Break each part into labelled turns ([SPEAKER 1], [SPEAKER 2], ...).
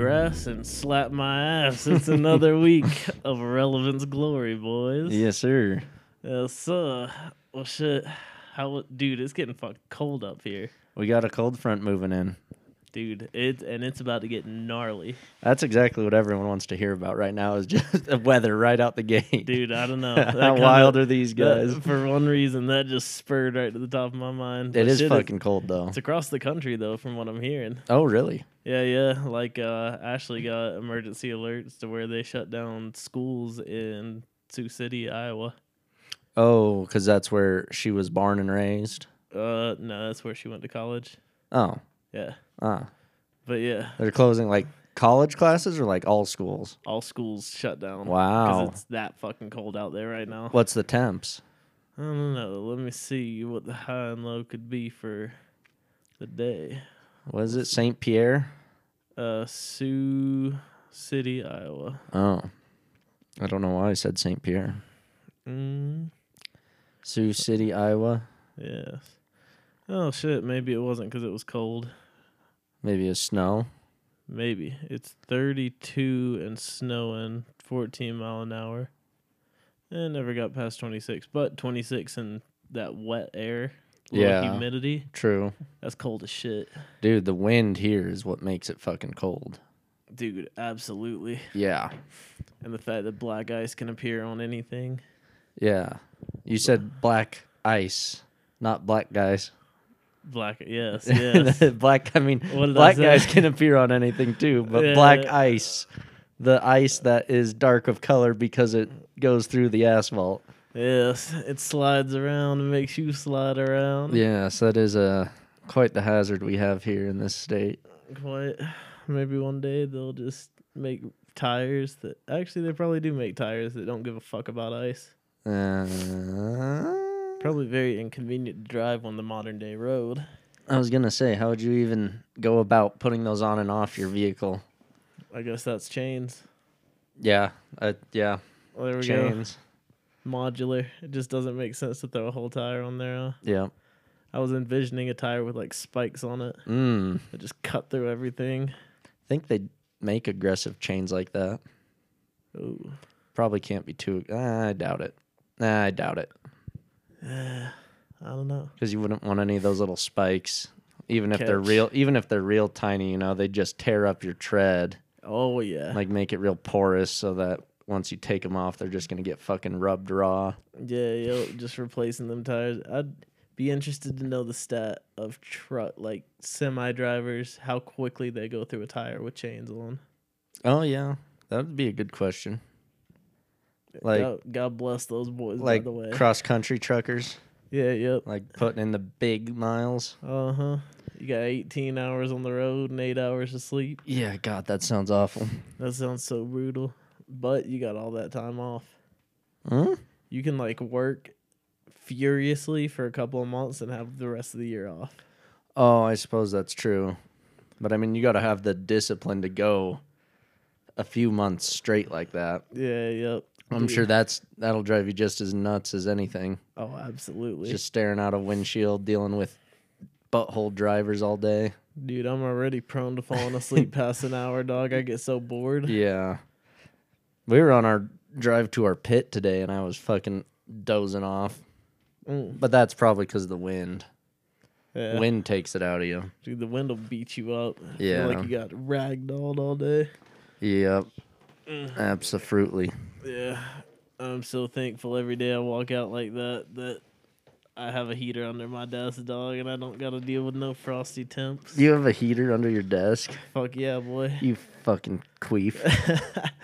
[SPEAKER 1] ass and slap my ass. It's another week of Relevance Glory, boys.
[SPEAKER 2] Yes, sir.
[SPEAKER 1] Yes, sir. Well, shit. How, dude, it's getting fucked cold up here.
[SPEAKER 2] We got a cold front moving in.
[SPEAKER 1] Dude, it and it's about to get gnarly.
[SPEAKER 2] That's exactly what everyone wants to hear about right now is just the weather right out the gate.
[SPEAKER 1] Dude, I don't know. That
[SPEAKER 2] How
[SPEAKER 1] kinda-
[SPEAKER 2] wild are these
[SPEAKER 1] that-
[SPEAKER 2] guys?
[SPEAKER 1] for one reason, that just spurred right to the top of my mind.
[SPEAKER 2] it
[SPEAKER 1] But
[SPEAKER 2] is
[SPEAKER 1] shit,
[SPEAKER 2] fucking cold though.
[SPEAKER 1] It's across the country though, from what I'm hearing.
[SPEAKER 2] Oh, really?
[SPEAKER 1] Yeah, yeah. Like uh, Ashley got emergency alerts to where they shut down schools in Sioux City, Iowa.
[SPEAKER 2] Oh, because that's where she was born and raised.
[SPEAKER 1] Uh, no, that's where she went to college.
[SPEAKER 2] Oh,
[SPEAKER 1] Yeah,
[SPEAKER 2] ah,
[SPEAKER 1] but yeah,
[SPEAKER 2] they're closing like college classes or like all schools.
[SPEAKER 1] all schools shut down.
[SPEAKER 2] Wow.
[SPEAKER 1] it's that fucking cold out there right now.
[SPEAKER 2] What's the temps?
[SPEAKER 1] I don't know. Let me see what the high and low could be for the day.
[SPEAKER 2] Was it Saint Pierre?
[SPEAKER 1] Uh, Sioux City, Iowa.
[SPEAKER 2] Oh, I don't know why I said Saint Pierre.
[SPEAKER 1] Mm,
[SPEAKER 2] Sioux City, Iowa.
[SPEAKER 1] yes. Oh shit. Maybe it wasn't because it was cold.
[SPEAKER 2] Maybe it's snow.
[SPEAKER 1] Maybe it's 32 and snowing, 14 mile an hour. And never got past 26, but 26 and that wet air, low
[SPEAKER 2] Yeah.
[SPEAKER 1] humidity.
[SPEAKER 2] True.
[SPEAKER 1] That's cold as shit.
[SPEAKER 2] Dude, the wind here is what makes it fucking cold.
[SPEAKER 1] Dude, absolutely.
[SPEAKER 2] Yeah.
[SPEAKER 1] And the fact that black ice can appear on anything.
[SPEAKER 2] Yeah. You said black ice, not black guys.
[SPEAKER 1] Black, yes, yes.
[SPEAKER 2] black, I mean,
[SPEAKER 1] What did I
[SPEAKER 2] black
[SPEAKER 1] say?
[SPEAKER 2] guys can appear on anything too, but
[SPEAKER 1] Yeah.
[SPEAKER 2] black ice, the ice that is dark of color because it goes through the asphalt.
[SPEAKER 1] yes, it slides around and makes you slide around.
[SPEAKER 2] Yes, that is uh, quite the hazard we have here in this state.
[SPEAKER 1] Quite. Maybe one day they'll just make tires that actually they probably do make tires that don't give a fuck about ice.
[SPEAKER 2] Uh,
[SPEAKER 1] Probably very inconvenient to drive on the modern day road.
[SPEAKER 2] I was going to say, how would you even go about putting those on and off your vehicle?
[SPEAKER 1] I guess that's chains.
[SPEAKER 2] Yeah. Uh, yeah.
[SPEAKER 1] Well, there we
[SPEAKER 2] Chains.
[SPEAKER 1] go. Modular. It just doesn't make sense to throw a whole tire on there. Huh?
[SPEAKER 2] Yeah.
[SPEAKER 1] I was envisioning a tire with like spikes on it
[SPEAKER 2] Mm.
[SPEAKER 1] that just cut through everything.
[SPEAKER 2] think they make aggressive chains like that.
[SPEAKER 1] Ooh.
[SPEAKER 2] Probably can't be too. ah, I doubt it. Nah, I doubt it
[SPEAKER 1] I don't know.
[SPEAKER 2] because you wouldn't want any of those little spikes, even if they're
[SPEAKER 1] Catch.
[SPEAKER 2] real. Even if they're real tiny, you know, they just tear up your tread,
[SPEAKER 1] Oh yeah.
[SPEAKER 2] like make it real porous, so that once you take them off, they're just gonna get fucking rubbed raw.
[SPEAKER 1] Yeah, yo, just replacing them tires. I'd be interested to know the stat of truck like semi drivers, how quickly they go through a tire with chains on.
[SPEAKER 2] Oh yeah, that would be a good question. Like
[SPEAKER 1] God, God bless those boys by
[SPEAKER 2] like
[SPEAKER 1] the way.
[SPEAKER 2] cross country truckers,
[SPEAKER 1] yeah, yep.
[SPEAKER 2] like putting in the big miles.
[SPEAKER 1] Uh huh. You got 18 hours on the road and eight hours of sleep.
[SPEAKER 2] Yeah, God, that sounds awful.
[SPEAKER 1] That sounds so brutal. But you got all that time off.
[SPEAKER 2] Huh?
[SPEAKER 1] You can like work furiously for a couple of months and have the rest of the year off.
[SPEAKER 2] Oh, I suppose that's true. But I mean, you got to have the discipline to go a few months straight like that.
[SPEAKER 1] Yeah, yep.
[SPEAKER 2] I'm
[SPEAKER 1] Dude.
[SPEAKER 2] sure that's that'll drive you just as nuts as anything.
[SPEAKER 1] Oh, absolutely.
[SPEAKER 2] Just staring out a windshield, dealing with butthole drivers all day.
[SPEAKER 1] Dude, I'm already prone to falling asleep past an hour, dog. I get so bored.
[SPEAKER 2] Yeah. We were on our drive to our pit today and I was fucking dozing off.
[SPEAKER 1] Mm.
[SPEAKER 2] But that's probably cuz of the wind.
[SPEAKER 1] Yeah.
[SPEAKER 2] Wind takes it out of you.
[SPEAKER 1] Dude, the wind will beat you up. I feel
[SPEAKER 2] Yeah.
[SPEAKER 1] like you got ragdolled all day.
[SPEAKER 2] Yep. Absolutely.
[SPEAKER 1] Yeah. I'm so thankful every day I walk out like that that I have a heater under my desk, dog, and I don't got to deal with no frosty temps.
[SPEAKER 2] You have a heater under your desk?
[SPEAKER 1] Fuck yeah, boy.
[SPEAKER 2] You fucking queef.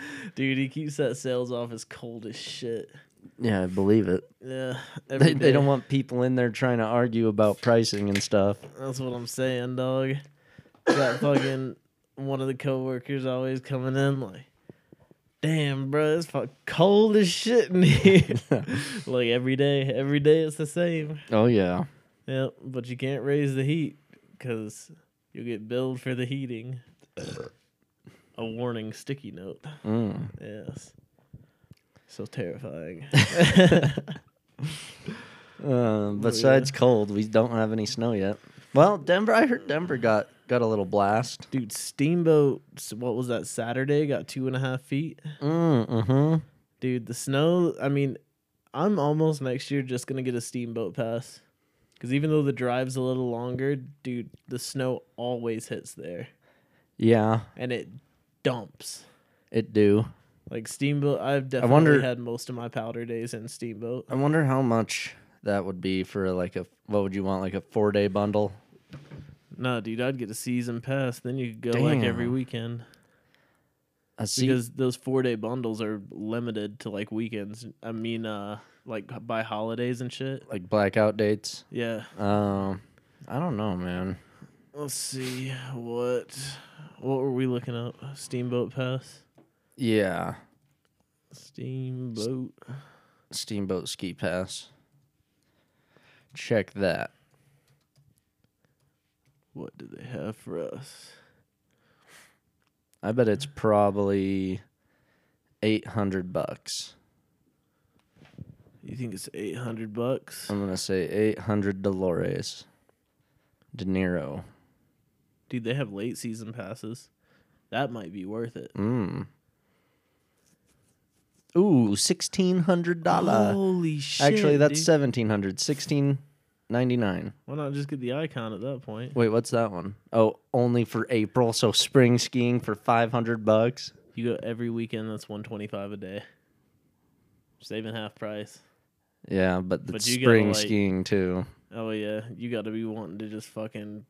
[SPEAKER 1] Dude, he keeps that sales office cold as shit.
[SPEAKER 2] Yeah, I believe it.
[SPEAKER 1] Yeah. every
[SPEAKER 2] They, they don't
[SPEAKER 1] day.
[SPEAKER 2] want people in there trying to argue about pricing and stuff.
[SPEAKER 1] That's what I'm saying, dog. That fucking one of the coworkers always coming in like, damn, bro, it's fuck cold as shit in here. like every day, every day it's the same.
[SPEAKER 2] Oh yeah,
[SPEAKER 1] Yep, but you can't raise the heat because you'll get billed for the heating. A warning sticky note.
[SPEAKER 2] mm.
[SPEAKER 1] Yes. So terrifying.
[SPEAKER 2] Uh, besides cold, we don't have any snow yet. Well, Denver, I heard Denver got Got a little blast.
[SPEAKER 1] Dude, Steamboat, s- what was that, Saturday? Got two and a half feet.
[SPEAKER 2] Mm, mm-hmm.
[SPEAKER 1] Dude, the snow, I mean, I'm almost next year just going to get a Steamboat pass. Because even though the drive's a little longer, dude, the snow always hits there
[SPEAKER 2] Yeah,
[SPEAKER 1] and it dumps.
[SPEAKER 2] it do.
[SPEAKER 1] Like Steamboat, I've definitely
[SPEAKER 2] wonder-
[SPEAKER 1] had most of my powder days in Steamboat.
[SPEAKER 2] I wonder how much that would be for like a what would you want like a four day bundle?
[SPEAKER 1] No, dude, I'd get a season pass. Then you could go like every
[SPEAKER 2] Damn.
[SPEAKER 1] weekend
[SPEAKER 2] A se-
[SPEAKER 1] because those four day bundles are limited to like weekends. I mean, uh, like by holidays and shit.
[SPEAKER 2] like blackout dates.
[SPEAKER 1] Yeah.
[SPEAKER 2] Um, I don't know, man.
[SPEAKER 1] Let's see what what were we looking up? Steamboat pass.
[SPEAKER 2] Yeah,
[SPEAKER 1] Steamboat.
[SPEAKER 2] Steamboat Ski Pass. Check that.
[SPEAKER 1] What do they have for us?
[SPEAKER 2] I bet it's probably eight hundred bucks.
[SPEAKER 1] You think it's eight hundred bucks?
[SPEAKER 2] I'm gonna say eight hundred Dolores. De Niro.
[SPEAKER 1] Dude, they have late season passes. That might be worth it.
[SPEAKER 2] Mm. Ooh, sixteen hundred dollar.
[SPEAKER 1] Holy Oh, shit!
[SPEAKER 2] Actually, that's
[SPEAKER 1] dude.
[SPEAKER 2] seventeen hundred. Sixteen ninety nine.
[SPEAKER 1] Why not just get the icon at that point?
[SPEAKER 2] Wait, what's that one? Oh, only for April. So spring skiing for five hundred bucks.
[SPEAKER 1] You go every weekend. That's one twenty five a day. Saving half price.
[SPEAKER 2] Yeah, but the
[SPEAKER 1] But you gotta,
[SPEAKER 2] spring
[SPEAKER 1] like-
[SPEAKER 2] skiing too.
[SPEAKER 1] Oh yeah, you got to be wanting to just fucking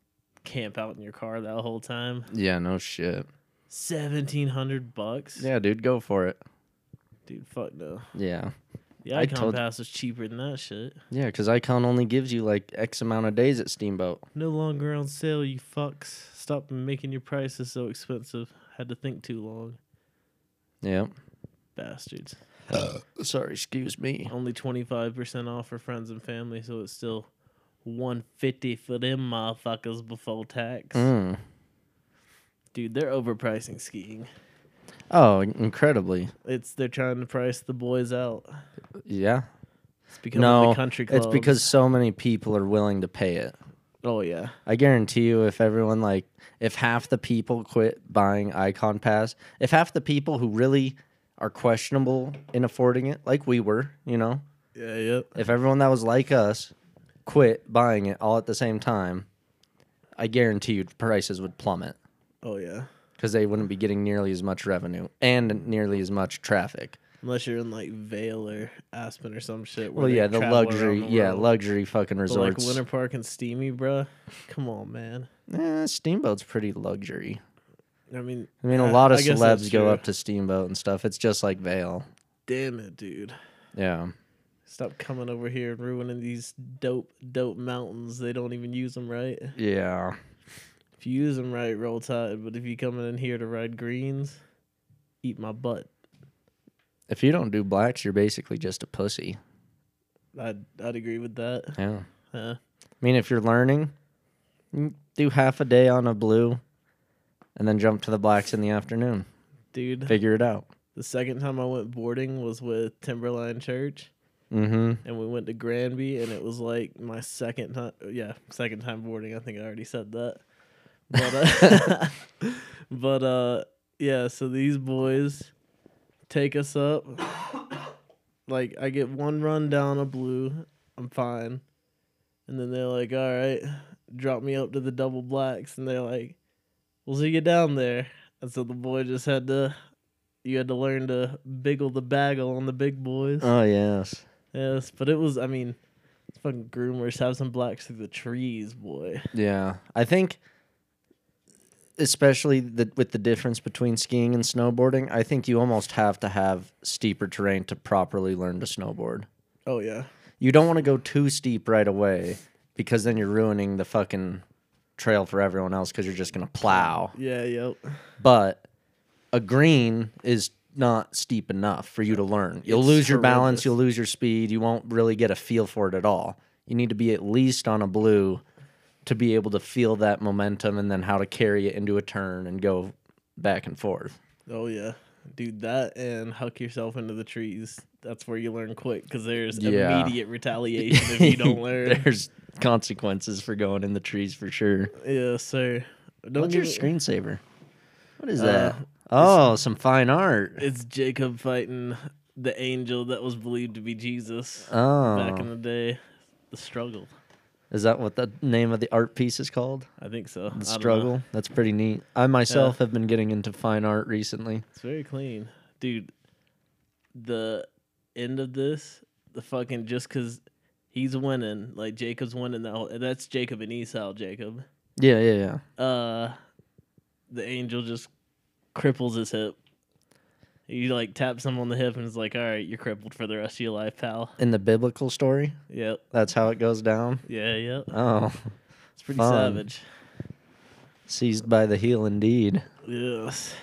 [SPEAKER 1] camp out in your car that whole time.
[SPEAKER 2] Yeah, no shit.
[SPEAKER 1] Seventeen hundred bucks.
[SPEAKER 2] Yeah, dude, go for it.
[SPEAKER 1] dude, fuck no.
[SPEAKER 2] Yeah,
[SPEAKER 1] The
[SPEAKER 2] I
[SPEAKER 1] icon
[SPEAKER 2] told-
[SPEAKER 1] pass is cheaper than that shit.
[SPEAKER 2] yeah, because Icon only gives you like X amount of days at Steamboat.
[SPEAKER 1] No longer on sale, you fucks. Stop making your prices so expensive. Had to think too long,
[SPEAKER 2] Yeah.
[SPEAKER 1] bastards.
[SPEAKER 2] Sorry, excuse me.
[SPEAKER 1] Only twenty five percent off for friends and family, so it's still one fifty for them motherfuckers before tax.
[SPEAKER 2] Mm.
[SPEAKER 1] Dude, they're overpricing skiing.
[SPEAKER 2] Oh, incredibly.
[SPEAKER 1] It's they're trying to price the boys out.
[SPEAKER 2] Yeah.
[SPEAKER 1] It's becoming the country club.
[SPEAKER 2] It's because so many people are willing to pay it.
[SPEAKER 1] oh yeah,
[SPEAKER 2] I guarantee you, if everyone like, if half the people quit buying Icon Pass, if half the people who really are questionable in affording it, like we were, you know,
[SPEAKER 1] yeah, yep.
[SPEAKER 2] if everyone that was like us quit buying it all at the same time, I guarantee you prices would plummet
[SPEAKER 1] Oh yeah.
[SPEAKER 2] because they wouldn't be getting nearly as much revenue and nearly as much traffic.
[SPEAKER 1] Unless you're in like Vale or Aspen or some shit. where
[SPEAKER 2] Well,
[SPEAKER 1] they
[SPEAKER 2] yeah, the
[SPEAKER 1] travel around
[SPEAKER 2] luxury,
[SPEAKER 1] the
[SPEAKER 2] yeah,
[SPEAKER 1] world.
[SPEAKER 2] luxury fucking
[SPEAKER 1] But, like
[SPEAKER 2] resorts.
[SPEAKER 1] Winter Park and Steamy, bruh. Come on, man.
[SPEAKER 2] Eh, Steamboat's pretty luxury.
[SPEAKER 1] I mean,
[SPEAKER 2] I mean, a
[SPEAKER 1] Yeah,
[SPEAKER 2] lot of
[SPEAKER 1] I guess that's
[SPEAKER 2] celebs go
[SPEAKER 1] true.
[SPEAKER 2] up to Steamboat and stuff. It's just like Vale.
[SPEAKER 1] damn it, dude.
[SPEAKER 2] Yeah.
[SPEAKER 1] Stop coming over here and ruining these dope, dope mountains. They don't even use them right.
[SPEAKER 2] Yeah.
[SPEAKER 1] If you use them right, roll tide. But if you coming in here to ride greens, eat my butt.
[SPEAKER 2] If you don't do blacks, you're basically just a pussy.
[SPEAKER 1] I'd I'd agree with that.
[SPEAKER 2] Yeah.
[SPEAKER 1] Uh,
[SPEAKER 2] I mean, if you're learning, you do half a day on a blue and then jump to the blacks in the afternoon.
[SPEAKER 1] dude,
[SPEAKER 2] Figure it out.
[SPEAKER 1] the second time I went boarding was with Timberline Church.
[SPEAKER 2] Mm hmm.
[SPEAKER 1] and we went to Granby, and it was like my second time. Yeah, second time boarding. I think I already said that. But uh, but uh, yeah. So these boys take us up. Like I get one run down a blue, I'm fine, and then they're like, "All right, drop me up to the double blacks," and they're like, "We'll see you down there." And so the boy just had to. You had to learn to biggle the baggle on the big boys.
[SPEAKER 2] Oh, yes.
[SPEAKER 1] Yes, but it was. I mean, it's fucking groomers have some blacks through the trees, boy.
[SPEAKER 2] Yeah. I think, especially the, with the difference between skiing and snowboarding, I think you almost have to have steeper terrain to properly learn to snowboard.
[SPEAKER 1] Oh yeah,
[SPEAKER 2] you don't want to go too steep right away because then you're ruining the fucking trail for everyone else because you're just gonna plow.
[SPEAKER 1] yeah, yep.
[SPEAKER 2] But a green is not steep enough for you to learn. You'll
[SPEAKER 1] It's
[SPEAKER 2] lose your
[SPEAKER 1] horrendous.
[SPEAKER 2] balance, you'll lose your speed, you won't really get a feel for it at all. You need to be at least on a blue to be able to feel that momentum and then how to carry it into a turn and go back and forth.
[SPEAKER 1] Oh yeah, dude. That and huck yourself into the trees. That's where you learn quick because there's
[SPEAKER 2] Yeah.
[SPEAKER 1] immediate retaliation if you don't learn.
[SPEAKER 2] There's consequences for going in the trees for sure.
[SPEAKER 1] yeah, sir. Don't
[SPEAKER 2] What's your
[SPEAKER 1] give it-
[SPEAKER 2] screensaver? What is
[SPEAKER 1] Uh,
[SPEAKER 2] that? Oh, some fine art.
[SPEAKER 1] It's Jacob fighting the angel that was believed to be Jesus back in
[SPEAKER 2] Oh,
[SPEAKER 1] the day. The struggle.
[SPEAKER 2] is that what the name of the art piece is called?
[SPEAKER 1] I think so. I don't know.
[SPEAKER 2] The struggle. That's pretty neat. I myself have been getting into fine art recently.
[SPEAKER 1] It's very clean. Dude, the end of this, the fucking just cause he's winning, like Jacob's winning that whole that's Jacob and Esau, Jacob.
[SPEAKER 2] Yeah, yeah, yeah.
[SPEAKER 1] Uh the angel just cripples his hip. He like taps him on the hip and is like, All right, you're crippled for the rest of your life, pal.
[SPEAKER 2] In the biblical story,
[SPEAKER 1] Yep.
[SPEAKER 2] that's how it goes down.
[SPEAKER 1] Yeah, yep.
[SPEAKER 2] Oh,
[SPEAKER 1] It's pretty
[SPEAKER 2] Fun.
[SPEAKER 1] savage.
[SPEAKER 2] seized by the heel indeed.
[SPEAKER 1] Yes.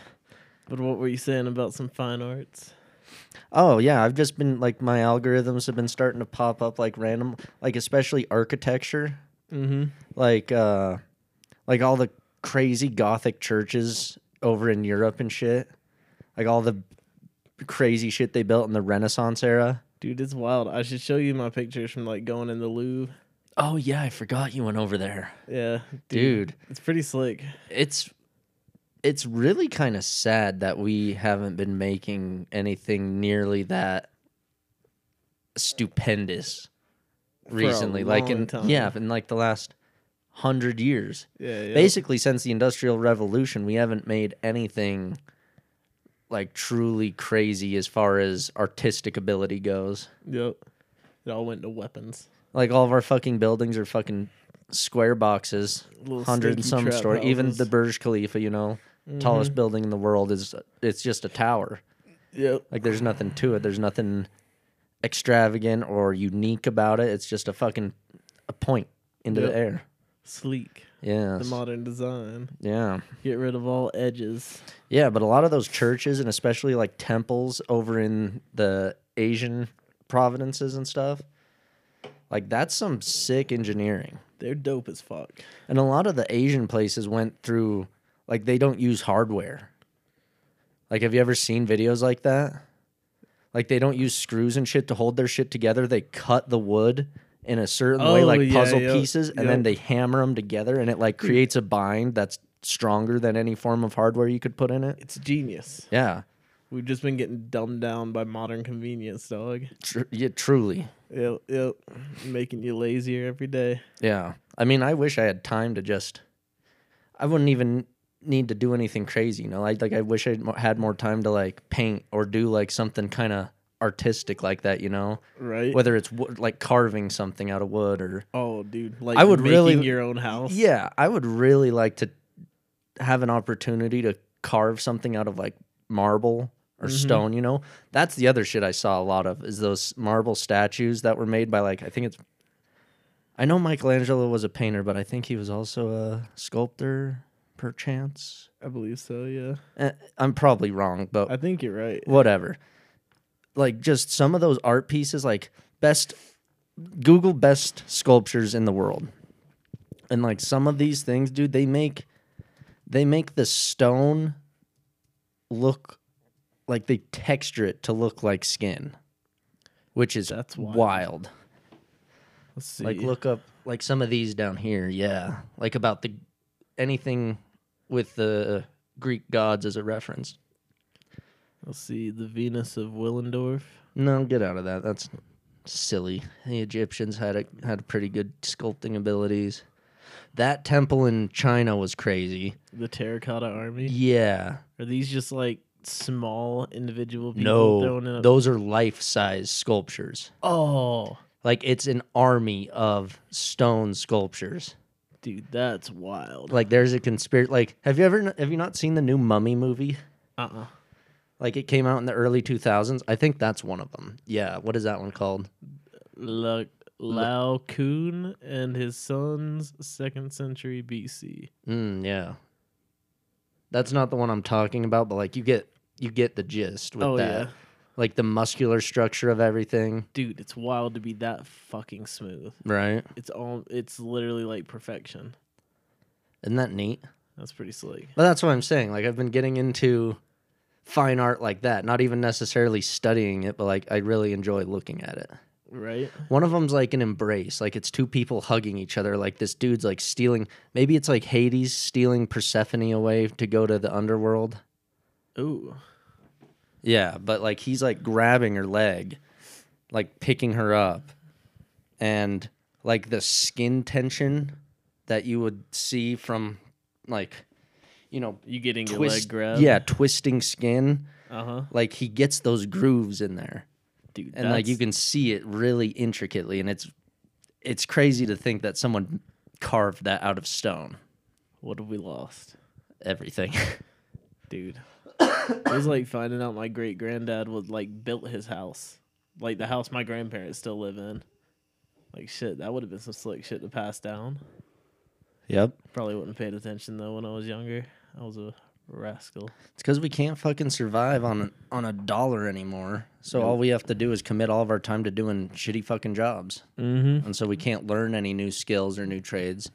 [SPEAKER 1] But what were you saying about some fine arts?
[SPEAKER 2] Oh yeah, I've just been like my algorithms have been starting to pop up like random, like especially architecture,
[SPEAKER 1] Mm-hmm.
[SPEAKER 2] like uh, like all the crazy Gothic churches over in Europe and shit, like all the crazy shit they built in the Renaissance era.
[SPEAKER 1] Dude, it's wild. I should show you my pictures from like going in the Louvre.
[SPEAKER 2] Oh yeah, I forgot you went over there,
[SPEAKER 1] Yeah.
[SPEAKER 2] dude.
[SPEAKER 1] It's pretty slick.
[SPEAKER 2] It's it's really kind of sad that we haven't been making anything nearly that stupendous
[SPEAKER 1] a
[SPEAKER 2] recently like
[SPEAKER 1] long
[SPEAKER 2] in
[SPEAKER 1] time.
[SPEAKER 2] yeah in like the last 100 years
[SPEAKER 1] Yeah, yeah.
[SPEAKER 2] basically since the industrial revolution we haven't made anything like truly crazy as far as artistic ability goes
[SPEAKER 1] Yep. It all went to weapons.
[SPEAKER 2] like all of our fucking buildings are fucking square boxes
[SPEAKER 1] Little
[SPEAKER 2] hundred and
[SPEAKER 1] stinky
[SPEAKER 2] some
[SPEAKER 1] trap
[SPEAKER 2] story even
[SPEAKER 1] houses. Mm-hmm.
[SPEAKER 2] the burj khalifa you know tallest building in the world is it's just a tower
[SPEAKER 1] Yep.
[SPEAKER 2] Like there's nothing to it. There's nothing extravagant or unique about it. It's just a fucking a point into
[SPEAKER 1] Yep.
[SPEAKER 2] the air.
[SPEAKER 1] Sleek.
[SPEAKER 2] Yeah.
[SPEAKER 1] The modern design.
[SPEAKER 2] yeah.
[SPEAKER 1] Get rid of all edges.
[SPEAKER 2] Yeah, but a lot of those churches and especially like temples over in the Asian provinces and stuff, like that's some sick engineering.
[SPEAKER 1] They're dope as fuck.
[SPEAKER 2] And a lot of the Asian places went through like they don't use hardware. Like have you ever seen videos like that? Like they don't use screws and shit to hold their shit together. They cut the wood in a certain way
[SPEAKER 1] Oh,
[SPEAKER 2] like
[SPEAKER 1] yeah,
[SPEAKER 2] puzzle
[SPEAKER 1] yeah,
[SPEAKER 2] pieces and then
[SPEAKER 1] yeah.
[SPEAKER 2] they hammer them together and it like creates a bind that's stronger than any form of hardware you could put in it.
[SPEAKER 1] It's genius.
[SPEAKER 2] Yeah.
[SPEAKER 1] We've just been getting dumbed down by modern convenience, dog.
[SPEAKER 2] Tr- yeah, truly.
[SPEAKER 1] Yep, yep. Making you lazier every day.
[SPEAKER 2] Yeah. I mean, I wish I had time to just. I wouldn't even need to do anything crazy, you know. I like I wish I had more time to like paint or do like something kind of artistic like that, you know.
[SPEAKER 1] Right?
[SPEAKER 2] Whether it's wo- like carving something out of wood or
[SPEAKER 1] Oh, dude! Like
[SPEAKER 2] I would
[SPEAKER 1] making
[SPEAKER 2] really-
[SPEAKER 1] your own house.
[SPEAKER 2] yeah, I would really like to have an opportunity to carve something out of like marble or stone, you know. That's the other shit I saw a lot of is those marble statues that were made by like I think it's I know Michelangelo was a painter, but I think he was also a sculptor perchance.
[SPEAKER 1] I believe so. Yeah,
[SPEAKER 2] Eh, I'm probably wrong, but
[SPEAKER 1] I think you're right.
[SPEAKER 2] whatever. Like just some of those art pieces, like best Google best sculptures in the world. And like some of these things, dude, they make they make the stone look like they texture it to look like skin. Which is
[SPEAKER 1] That's wild.
[SPEAKER 2] wild.
[SPEAKER 1] Let's see.
[SPEAKER 2] Like look up like some of these down here, yeah. Like about the anything with the Greek gods as a reference.
[SPEAKER 1] Let's see the Venus of Willendorf.
[SPEAKER 2] No, get out of that. That's silly. The Egyptians had a, had pretty good sculpting abilities. That temple in China was crazy.
[SPEAKER 1] The Terracotta Army.
[SPEAKER 2] Yeah.
[SPEAKER 1] Are these just like small individual people thrown in?
[SPEAKER 2] No,
[SPEAKER 1] A...
[SPEAKER 2] those are life-size sculptures.
[SPEAKER 1] Oh,
[SPEAKER 2] Like it's an army of stone sculptures.
[SPEAKER 1] dude, that's wild.
[SPEAKER 2] Like there's a conspiracy. Like have you ever have you not seen the new Mummy movie?
[SPEAKER 1] Uh uh
[SPEAKER 2] Like it came out in the early 2000s. I think that's one of them. Yeah. What is that one called?
[SPEAKER 1] Look. Lao Kun and his sons, second century BC.
[SPEAKER 2] Mm, yeah. That's not the one I'm talking about, but like you get you get the gist with
[SPEAKER 1] Oh,
[SPEAKER 2] that.
[SPEAKER 1] yeah.
[SPEAKER 2] Like the muscular structure of everything,
[SPEAKER 1] Dude, it's wild to be that fucking smooth.
[SPEAKER 2] right?
[SPEAKER 1] It's all it's literally like perfection.
[SPEAKER 2] Isn't that neat?
[SPEAKER 1] That's pretty slick.
[SPEAKER 2] But that's what I'm saying. Like I've been getting into fine art like that, not even necessarily studying it, but like I really enjoy looking at it.
[SPEAKER 1] Right?
[SPEAKER 2] One of them's like an embrace, like it's two people hugging each other. Like this dude's like stealing. Maybe it's like Hades stealing Persephone away to go to the underworld.
[SPEAKER 1] Ooh.
[SPEAKER 2] Yeah, but like he's like grabbing her leg, like picking her up, and like the skin tension that you would see from like, you know,
[SPEAKER 1] You getting your leg
[SPEAKER 2] twist,
[SPEAKER 1] grabbed?
[SPEAKER 2] yeah, twisting skin.
[SPEAKER 1] Uh huh.
[SPEAKER 2] Like he gets those grooves in there.
[SPEAKER 1] Dude,
[SPEAKER 2] and like you can see it really intricately and it's it's crazy to think that someone carved that out of stone
[SPEAKER 1] What have we lost?
[SPEAKER 2] everything
[SPEAKER 1] Dude. it was like finding out my great granddad was like built his house. Like the house my grandparents still live in. Like shit, that would have been some slick shit to pass down.
[SPEAKER 2] yep
[SPEAKER 1] Probably wouldn't have paid attention though when I was younger. I was a rascal.
[SPEAKER 2] it's because we can't fucking survive on on a dollar anymore so all we have to do is commit all of our time to doing shitty fucking jobs
[SPEAKER 1] Mm-hmm.
[SPEAKER 2] and so we can't learn any new skills or new trades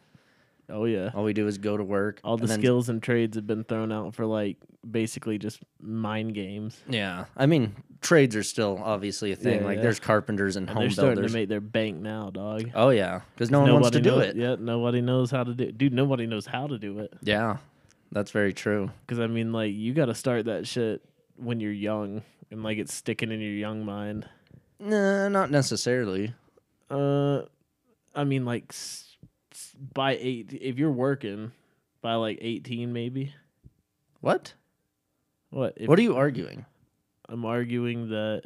[SPEAKER 1] Oh yeah.
[SPEAKER 2] all we do is go to work
[SPEAKER 1] All the
[SPEAKER 2] and then-
[SPEAKER 1] skills and trades have been thrown out for like basically just mind games.
[SPEAKER 2] yeah i mean trades are still obviously a thing
[SPEAKER 1] Yeah,
[SPEAKER 2] like
[SPEAKER 1] yeah.
[SPEAKER 2] there's carpenters and,
[SPEAKER 1] And
[SPEAKER 2] home
[SPEAKER 1] they're starting
[SPEAKER 2] builders
[SPEAKER 1] to make their bank now, dog.
[SPEAKER 2] oh yeah because no one wants to do
[SPEAKER 1] knows,
[SPEAKER 2] it
[SPEAKER 1] Yeah, nobody knows how to do. Dude, nobody knows how to do it.
[SPEAKER 2] yeah that's very true
[SPEAKER 1] Because I mean, like, you got to start that shit when you're young, and like it's sticking in your young mind.
[SPEAKER 2] No, not necessarily.
[SPEAKER 1] Uh, I mean, like, s- s- by eight, if you're working by like eighteen, maybe.
[SPEAKER 2] What?
[SPEAKER 1] What? If
[SPEAKER 2] what are you arguing?
[SPEAKER 1] I'm arguing that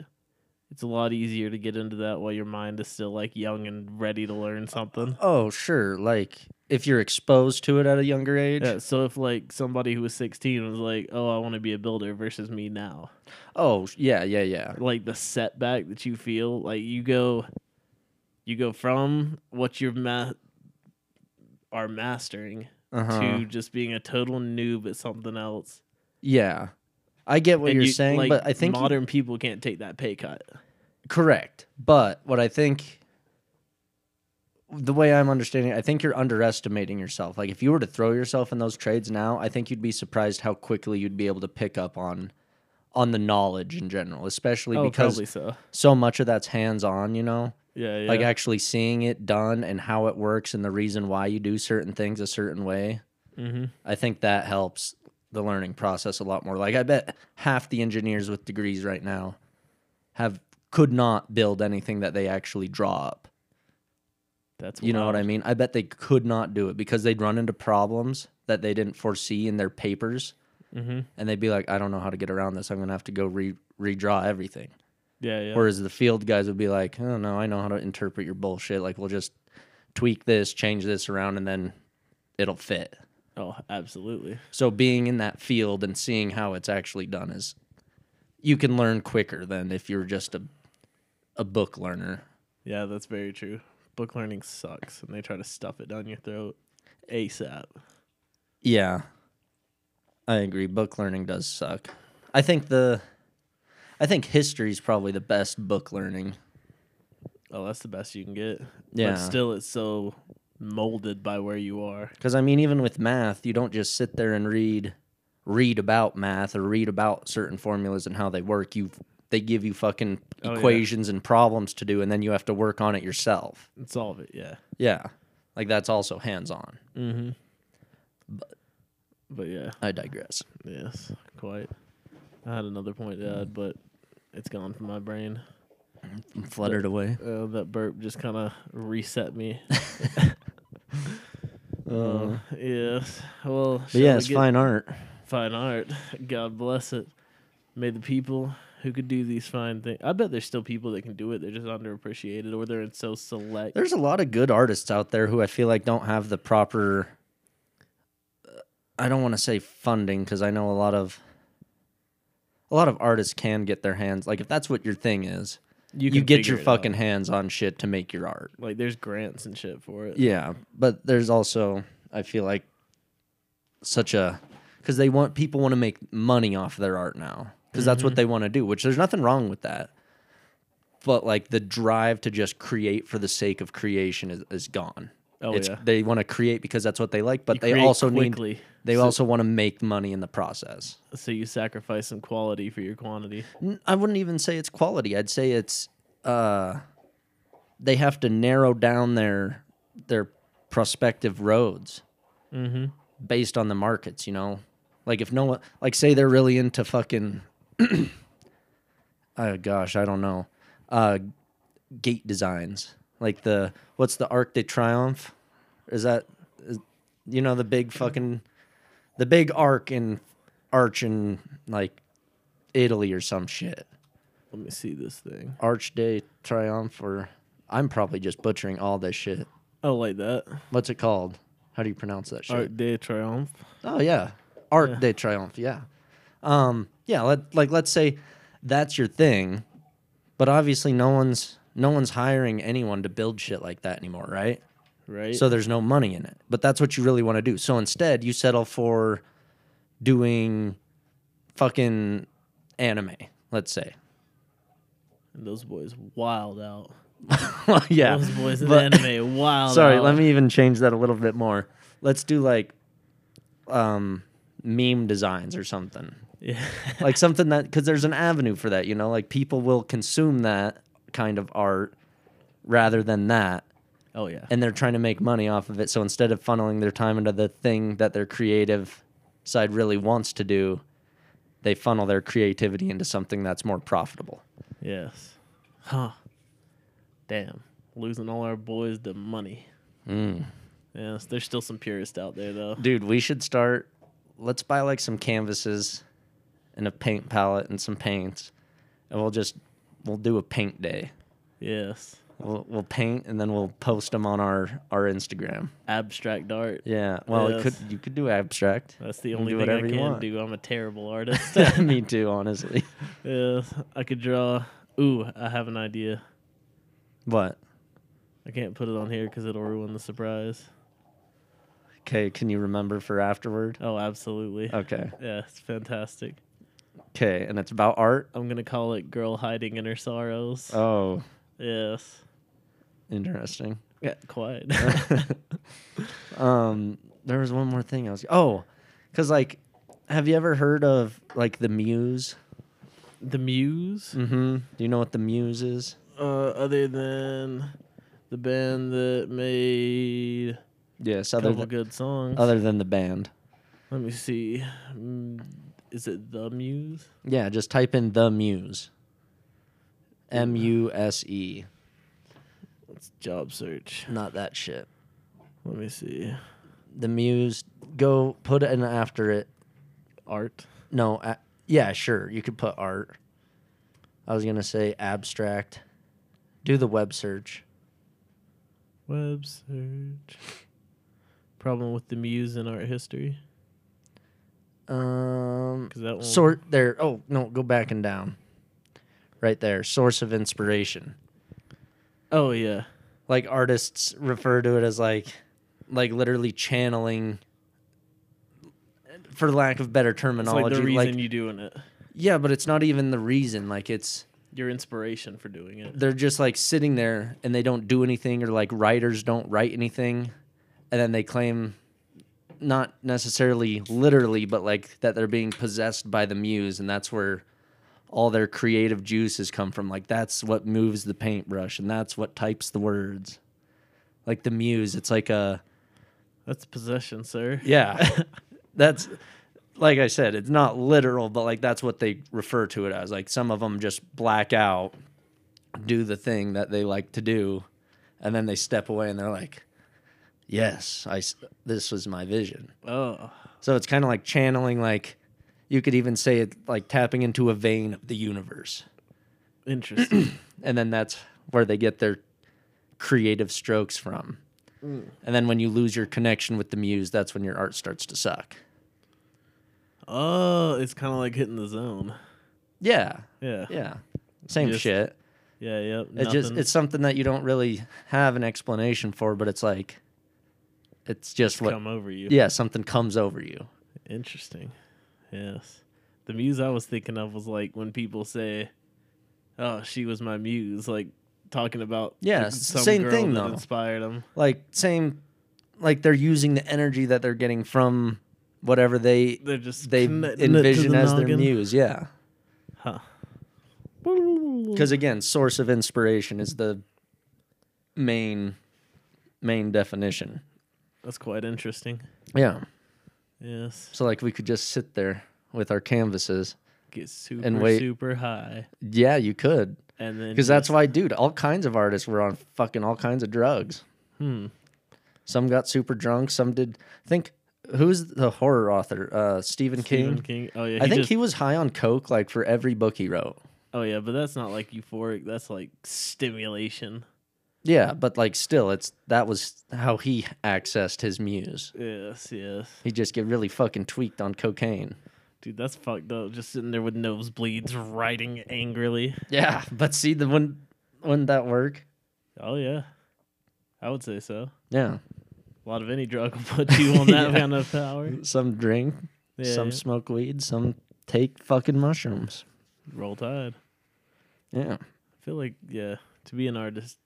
[SPEAKER 1] it's a lot easier to get into that while your mind is still like young and ready to learn something.
[SPEAKER 2] Oh, sure. Like if you're exposed to it at a younger age.
[SPEAKER 1] Yeah, so if like somebody who was 16 was like, "Oh, I want to be a builder," versus me now,
[SPEAKER 2] Oh, sh- yeah, yeah, yeah.
[SPEAKER 1] like the setback that you feel like you go you go from what you're ma- are mastering
[SPEAKER 2] Uh-huh.
[SPEAKER 1] to just being a total noob at something else
[SPEAKER 2] Yeah. I get what
[SPEAKER 1] And
[SPEAKER 2] you're
[SPEAKER 1] you-
[SPEAKER 2] saying,
[SPEAKER 1] like,
[SPEAKER 2] but I think you-
[SPEAKER 1] modern people can't take that pay cut
[SPEAKER 2] correct. But what I think the way I'm understanding, it, I think you're underestimating yourself. Like if you were to throw yourself in those trades now, I think you'd be surprised how quickly you'd be able to pick up on on the knowledge in general, especially
[SPEAKER 1] oh
[SPEAKER 2] because
[SPEAKER 1] probably so
[SPEAKER 2] so much of that's hands-on, you know.
[SPEAKER 1] yeah yeah
[SPEAKER 2] like actually seeing it done and how it works and the reason why you do certain things a certain way
[SPEAKER 1] mm-hmm.
[SPEAKER 2] i think that helps the learning process a lot more like i bet half the engineers with degrees right now have could not build anything that they actually draw up
[SPEAKER 1] that's
[SPEAKER 2] you know what i
[SPEAKER 1] wild.
[SPEAKER 2] mean i bet they could not do it because they'd run into problems that they didn't foresee in their papers
[SPEAKER 1] Mhm.
[SPEAKER 2] and they'd be like i don't know how to get around this i'm gonna have to go re- redraw everything
[SPEAKER 1] yeah yeah
[SPEAKER 2] Whereas the field guys would be like, oh no, I know how to interpret your bullshit. Like we'll just tweak this, change this around, and then it'll fit.
[SPEAKER 1] oh absolutely
[SPEAKER 2] So being in that field and seeing how it's actually done is you can learn quicker than if you're just a a book learner.
[SPEAKER 1] yeah that's very true book learning sucks and they try to stuff it down your throat asap
[SPEAKER 2] Yeah. I agree. Book learning does suck. I think the I think history is probably the best book learning.
[SPEAKER 1] oh that's the best you can get
[SPEAKER 2] Yeah.
[SPEAKER 1] but still it's so molded by where you are
[SPEAKER 2] Because I mean, even with math, you don't just sit there and read read about math or read about certain formulas and how they work. You they give you fucking
[SPEAKER 1] Oh, yeah.
[SPEAKER 2] equations and problems to do, and then you have to work on it yourself.
[SPEAKER 1] and solve it yeah
[SPEAKER 2] Yeah, like that's also hands on.
[SPEAKER 1] Mm-hmm. But yeah,
[SPEAKER 2] I digress.
[SPEAKER 1] yes, quite. I had another point to add, but it's gone from my brain.
[SPEAKER 2] I'm fluttered away.
[SPEAKER 1] Uh, that burp just kind of reset me.
[SPEAKER 2] Uh,
[SPEAKER 1] Uh, yes. Well,
[SPEAKER 2] Uh-huh. but
[SPEAKER 1] shall
[SPEAKER 2] yeah,
[SPEAKER 1] we
[SPEAKER 2] it's
[SPEAKER 1] get
[SPEAKER 2] fine art.
[SPEAKER 1] Fine art. God bless it. May the people who could do these fine things. I bet there's still people that can do it. They're just underappreciated, or they're in so select.
[SPEAKER 2] There's a lot of good artists out there who I feel like don't have the proper. uh, I don't want to say funding because I know a lot of. A lot of artists can get their hands like if that's what your thing is, you,
[SPEAKER 1] can
[SPEAKER 2] get
[SPEAKER 1] figure
[SPEAKER 2] your
[SPEAKER 1] it out.
[SPEAKER 2] fucking hands on shit to make your art.
[SPEAKER 1] like. There's grants and shit for it.
[SPEAKER 2] Yeah, but there's also I feel like such a because they want people want to make money off their art now because that's
[SPEAKER 1] Mm-hmm.
[SPEAKER 2] what they want to do, which there's nothing wrong with that. But like the drive to just create for the sake of creation is, is gone.
[SPEAKER 1] Oh, yeah.
[SPEAKER 2] They want to create because that's what they like, but they
[SPEAKER 1] create
[SPEAKER 2] also need
[SPEAKER 1] quickly.
[SPEAKER 2] they also want to make money in the process.
[SPEAKER 1] So you sacrifice some quality for your quantity.
[SPEAKER 2] N- I wouldn't even say it's quality. I'd say it's uh they have to narrow down their their prospective roads
[SPEAKER 1] Mm-hmm.
[SPEAKER 2] based on the markets, you know? Like if no one like say they're really into fucking oh gosh, I don't know. Uh gate designs. Like the what's the Arc de Triomphe? Is that is, you know the big fucking the big arc in arch in like Italy or some shit.
[SPEAKER 1] Let me see this thing.
[SPEAKER 2] Arch de Triomphe or I'm probably just butchering all this shit.
[SPEAKER 1] Oh, like that.
[SPEAKER 2] What's it called? How do you pronounce that shit?
[SPEAKER 1] Arc de Triomphe.
[SPEAKER 2] Oh yeah, Arc
[SPEAKER 1] Yeah.
[SPEAKER 2] de Triomphe. Yeah, um, yeah. Let, like let's say that's your thing, but obviously no one's no one's hiring anyone to build shit like that anymore, right?
[SPEAKER 1] Right.
[SPEAKER 2] So there's no money in it. But that's what you really want to do. So instead, you settle for doing fucking anime. Let's say.
[SPEAKER 1] and those boys wild out.
[SPEAKER 2] well, yeah.
[SPEAKER 1] Those boys in
[SPEAKER 2] but-
[SPEAKER 1] anime wild.
[SPEAKER 2] Sorry,
[SPEAKER 1] out.
[SPEAKER 2] let me even change that a little bit more. Let's do like um meme designs or something.
[SPEAKER 1] Yeah.
[SPEAKER 2] like something that because there's an avenue for that you know like people will consume that kind of art rather than that
[SPEAKER 1] oh yeah.
[SPEAKER 2] and they're trying to make money off of it so instead of funneling their time into the thing that their creative side really wants to do they funnel their creativity into something that's more profitable
[SPEAKER 1] Yes. Huh. Damn. Losing all our boys to money. Yes, there's still some purists out there though.
[SPEAKER 2] dude we should start let's buy like some canvases and a paint palette and some paints and we'll just we'll do a paint day
[SPEAKER 1] Yes.
[SPEAKER 2] we'll, we'll paint and then we'll post them on our our instagram
[SPEAKER 1] Abstract art.
[SPEAKER 2] Yeah. Well, it could
[SPEAKER 1] Yes.
[SPEAKER 2] you could do abstract.
[SPEAKER 1] That's the
[SPEAKER 2] You can
[SPEAKER 1] only
[SPEAKER 2] do
[SPEAKER 1] thing I
[SPEAKER 2] whatever you
[SPEAKER 1] can
[SPEAKER 2] want.
[SPEAKER 1] do. I'm a terrible artist.
[SPEAKER 2] Me too, honestly.
[SPEAKER 1] yes. I could draw. Ooh, I have an idea.
[SPEAKER 2] What?
[SPEAKER 1] I can't put it on here because it'll ruin the surprise.
[SPEAKER 2] Okay, can you remember for afterward?
[SPEAKER 1] Oh, absolutely.
[SPEAKER 2] Okay.
[SPEAKER 1] Yeah, it's fantastic.
[SPEAKER 2] Okay, and it's about art.
[SPEAKER 1] I'm gonna call it "Girl Hiding in Her Sorrows."
[SPEAKER 2] Oh,
[SPEAKER 1] Yes.
[SPEAKER 2] interesting.
[SPEAKER 1] Yeah, quiet.
[SPEAKER 2] um, there was one more thing I was Oh, cuz like have you ever heard of like the muse?
[SPEAKER 1] the Muse.
[SPEAKER 2] Mhm. Do you know what the muse is?
[SPEAKER 1] uh, other than the band that made
[SPEAKER 2] Yes,
[SPEAKER 1] a
[SPEAKER 2] other
[SPEAKER 1] couple
[SPEAKER 2] than,
[SPEAKER 1] good songs.
[SPEAKER 2] other than the band.
[SPEAKER 1] Let me see. Mm, Is it The Muse?
[SPEAKER 2] Yeah, just type in the muse. M U S E.
[SPEAKER 1] It's job search.
[SPEAKER 2] Not that shit.
[SPEAKER 1] Let me see.
[SPEAKER 2] the muse go put an after it
[SPEAKER 1] Art.
[SPEAKER 2] no a- yeah sure you could put art i was gonna say abstract do the web search
[SPEAKER 1] Web search. Problem with the Muse in art history?
[SPEAKER 2] um
[SPEAKER 1] Because that one.
[SPEAKER 2] sort there oh no go back and down right there source of inspiration
[SPEAKER 1] Oh yeah.
[SPEAKER 2] like artists refer to it as like like literally channeling for lack of better
[SPEAKER 1] It's like
[SPEAKER 2] terminology
[SPEAKER 1] the reason
[SPEAKER 2] like,
[SPEAKER 1] you doing it.
[SPEAKER 2] yeah but it's not even the reason like it's
[SPEAKER 1] Your inspiration for doing it.
[SPEAKER 2] they're just like sitting there and they don't do anything or like writers don't write anything and then they claim not necessarily literally but like that they're being possessed by the muse and that's where all their creative juices come from like that's what moves the paintbrush and that's what types the words like the muse it's like a
[SPEAKER 1] That's possession, sir.
[SPEAKER 2] yeah that's like i said it's not literal but like that's what they refer to it as like some of them just black out do the thing that they like to do and then they step away and they're like yes i s- this was my vision
[SPEAKER 1] Oh.
[SPEAKER 2] so it's kind of like channeling like you could even say it like tapping into a vein of the universe
[SPEAKER 1] Interesting.
[SPEAKER 2] and then that's where they get their creative strokes from and then when you lose your connection with the muse that's when your art starts to suck
[SPEAKER 1] oh, it's kind of like hitting the zone.
[SPEAKER 2] yeah
[SPEAKER 1] Yeah.
[SPEAKER 2] Yeah. Same
[SPEAKER 1] Just-
[SPEAKER 2] shit.
[SPEAKER 1] Yeah. Yep.
[SPEAKER 2] It's just it's something that you don't really have an explanation for, but it's like it's just what
[SPEAKER 1] come over you.
[SPEAKER 2] yeah, something comes over you.
[SPEAKER 1] Interesting. Yes. The muse I was thinking of was like when people say, "Oh, she was my muse," like talking about
[SPEAKER 2] Yeah,
[SPEAKER 1] the-
[SPEAKER 2] it's the same thing,
[SPEAKER 1] that
[SPEAKER 2] though.
[SPEAKER 1] inspired them.
[SPEAKER 2] Like same like they're using the energy that they're getting from whatever they
[SPEAKER 1] They're just
[SPEAKER 2] they
[SPEAKER 1] connecting it to
[SPEAKER 2] envision
[SPEAKER 1] the
[SPEAKER 2] as their
[SPEAKER 1] noggin.
[SPEAKER 2] muse, yeah.
[SPEAKER 1] Huh.
[SPEAKER 2] Cuz again, source of inspiration is the main main definition.
[SPEAKER 1] That's quite interesting.
[SPEAKER 2] Yeah.
[SPEAKER 1] Yes.
[SPEAKER 2] So like we could just sit there with our canvases.
[SPEAKER 1] Get super
[SPEAKER 2] wait.
[SPEAKER 1] super high.
[SPEAKER 2] Yeah, you could.
[SPEAKER 1] And then
[SPEAKER 2] Because that's
[SPEAKER 1] just-
[SPEAKER 2] why, dude, all kinds of artists were on fucking all kinds of drugs.
[SPEAKER 1] hmm.
[SPEAKER 2] Some got super drunk. Some did. I think who's the horror author? Uh, Stephen,
[SPEAKER 1] Stephen
[SPEAKER 2] King.
[SPEAKER 1] King. Oh yeah.
[SPEAKER 2] I think
[SPEAKER 1] just-
[SPEAKER 2] he was high on coke, like for every book he wrote.
[SPEAKER 1] Oh yeah, but that's not like euphoric. That's like stimulation.
[SPEAKER 2] Yeah, but like still, it's that was how he accessed his muse.
[SPEAKER 1] Yes, yes,
[SPEAKER 2] He just get really fucking tweaked on cocaine.
[SPEAKER 1] dude, that's fucked up. Just sitting there with nosebleeds, writing angrily.
[SPEAKER 2] Yeah, but see the when wouldn't that work?
[SPEAKER 1] Oh yeah, I would say so.
[SPEAKER 2] Yeah,
[SPEAKER 1] A lot of any drug will put you on that
[SPEAKER 2] Yeah.
[SPEAKER 1] kind of power.
[SPEAKER 2] some drink,
[SPEAKER 1] Yeah,
[SPEAKER 2] some
[SPEAKER 1] yeah.
[SPEAKER 2] smoke weed, some take fucking mushrooms.
[SPEAKER 1] roll tide.
[SPEAKER 2] Yeah,
[SPEAKER 1] I feel like yeah, to be an artist.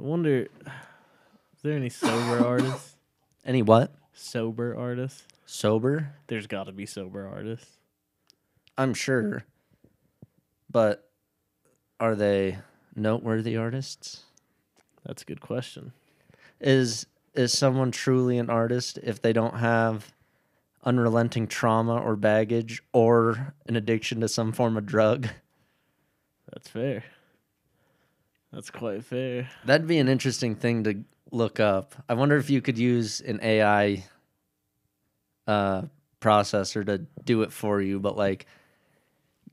[SPEAKER 1] I wonder, is there any sober artists?
[SPEAKER 2] any what
[SPEAKER 1] Sober artists?
[SPEAKER 2] sober?
[SPEAKER 1] There's got to be sober artists.
[SPEAKER 2] I'm sure, but are they noteworthy artists?
[SPEAKER 1] That's a good question.
[SPEAKER 2] Is is someone truly an artist if they don't have unrelenting trauma or baggage or an addiction to some form of drug?
[SPEAKER 1] That's fair. That's quite fair.
[SPEAKER 2] That'd be an interesting thing to look up. I wonder if you could use an AI uh, processor to do it for you, but like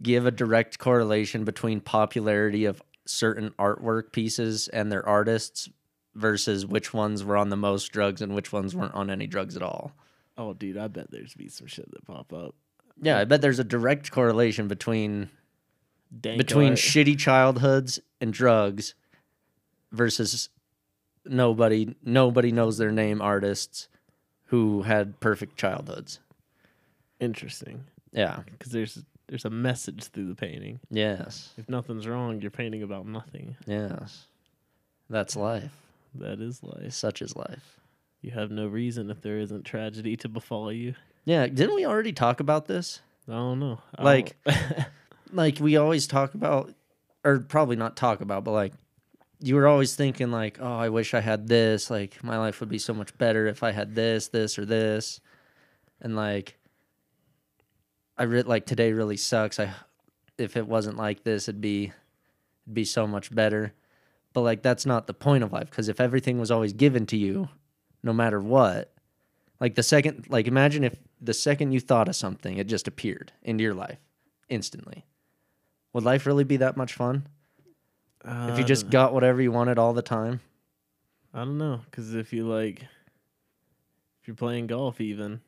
[SPEAKER 2] give a direct correlation between popularity of certain artwork pieces and their artists versus which ones were on the most drugs and which ones weren't on any drugs at all.
[SPEAKER 1] Oh, dude, I bet there's be some shit that pop up.
[SPEAKER 2] Yeah, I bet there's a direct correlation between
[SPEAKER 1] Dank
[SPEAKER 2] between
[SPEAKER 1] art.
[SPEAKER 2] shitty childhoods and drugs versus nobody nobody knows their name artists who had perfect childhoods.
[SPEAKER 1] Interesting,
[SPEAKER 2] Yeah.
[SPEAKER 1] because there's there's a message through the painting.
[SPEAKER 2] Yes.
[SPEAKER 1] If nothing's wrong, you're painting about nothing.
[SPEAKER 2] Yes. That's life.
[SPEAKER 1] That is life.
[SPEAKER 2] Such is life.
[SPEAKER 1] You have no reason if there isn't tragedy to befall you.
[SPEAKER 2] Yeah, didn't we already talk about this?
[SPEAKER 1] I don't know. I
[SPEAKER 2] Like-
[SPEAKER 1] don't-
[SPEAKER 2] Like we always talk about or probably not talk about, but like you were always thinking like, "Oh, I wish I had this. Like my life would be so much better if I had this, this or this." And like I re- like today really sucks. I if it wasn't like this, it'd be it'd be so much better. But like that's not the point of life because if everything was always given to you, no matter what, like the second like imagine if the second you thought of something, it just appeared into your life instantly. Would life really be that much fun
[SPEAKER 1] I
[SPEAKER 2] if you
[SPEAKER 1] don't
[SPEAKER 2] just
[SPEAKER 1] know.
[SPEAKER 2] got whatever you wanted all the time?
[SPEAKER 1] I don't know, because if you like, if you're playing golf, even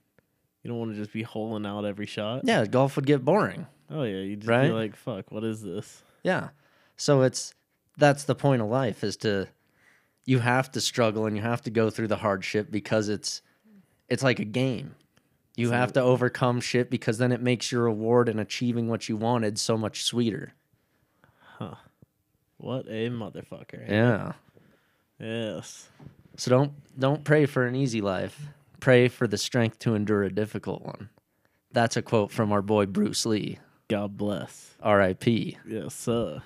[SPEAKER 1] you don't want to just be holing out every shot.
[SPEAKER 2] Yeah, golf would get boring.
[SPEAKER 1] Oh yeah, you just
[SPEAKER 2] Right?
[SPEAKER 1] be like, "Fuck, what is this?"
[SPEAKER 2] Yeah. So it's that's the point of life is to you have to struggle and you have to go through the hardship because it's it's like a game. You have to overcome shit because then it makes your reward and achieving what you wanted so much sweeter.
[SPEAKER 1] What a motherfucker.
[SPEAKER 2] Yeah.
[SPEAKER 1] Yes.
[SPEAKER 2] So don't don't pray for an easy life. Pray for the strength to endure a difficult one. That's a quote from our boy Bruce Lee,
[SPEAKER 1] God bless.
[SPEAKER 2] R.I.P.
[SPEAKER 1] Yes, sir.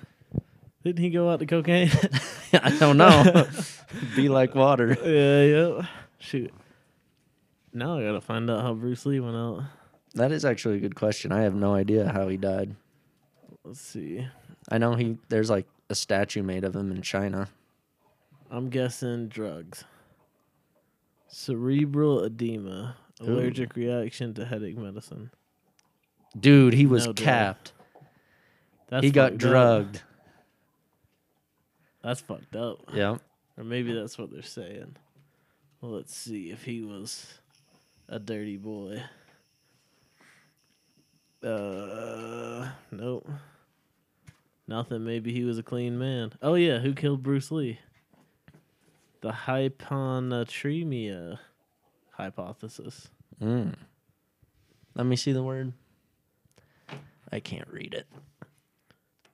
[SPEAKER 1] Didn't he go out to cocaine?
[SPEAKER 2] I don't know. Be like water.
[SPEAKER 1] yeah, yeah. Shoot. Now I gotta find out how Bruce Lee went out.
[SPEAKER 2] That is actually a good question. I have no idea how he died.
[SPEAKER 1] Let's see.
[SPEAKER 2] I know he there's like a statue made of him in China.
[SPEAKER 1] I'm guessing drugs. Cerebral edema.
[SPEAKER 2] Ooh.
[SPEAKER 1] Allergic reaction to headache medicine.
[SPEAKER 2] Dude, he was
[SPEAKER 1] No drug.
[SPEAKER 2] capped.
[SPEAKER 1] That's
[SPEAKER 2] He got
[SPEAKER 1] fucked up.
[SPEAKER 2] drugged.
[SPEAKER 1] That's fucked up.
[SPEAKER 2] Yeah.
[SPEAKER 1] Or maybe that's what they're saying. Well, let's see if he was a dirty boy. Uh, nope. Nothing. Maybe he was a clean man. Oh, yeah. Who killed Bruce Lee? The hyponatremia hypothesis.
[SPEAKER 2] Mm. Let me see the word. I can't read it.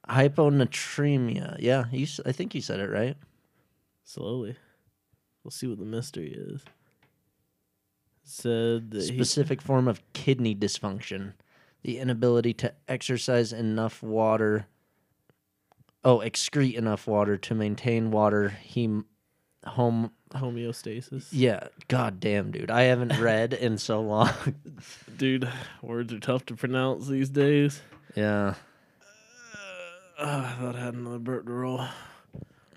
[SPEAKER 2] Hyponatremia. Yeah, you, s- I think you said it right.
[SPEAKER 1] Slowly. We'll see what the mystery is. Said that he
[SPEAKER 2] Specific form of kidney dysfunction, the inability to exercise enough water oh excrete enough water to maintain water hem home
[SPEAKER 1] Homeostasis.
[SPEAKER 2] yeah god damn dude i haven't read in so long
[SPEAKER 1] Dude, words are tough to pronounce these days.
[SPEAKER 2] yeah
[SPEAKER 1] Ah, I thought I had another burp to roll.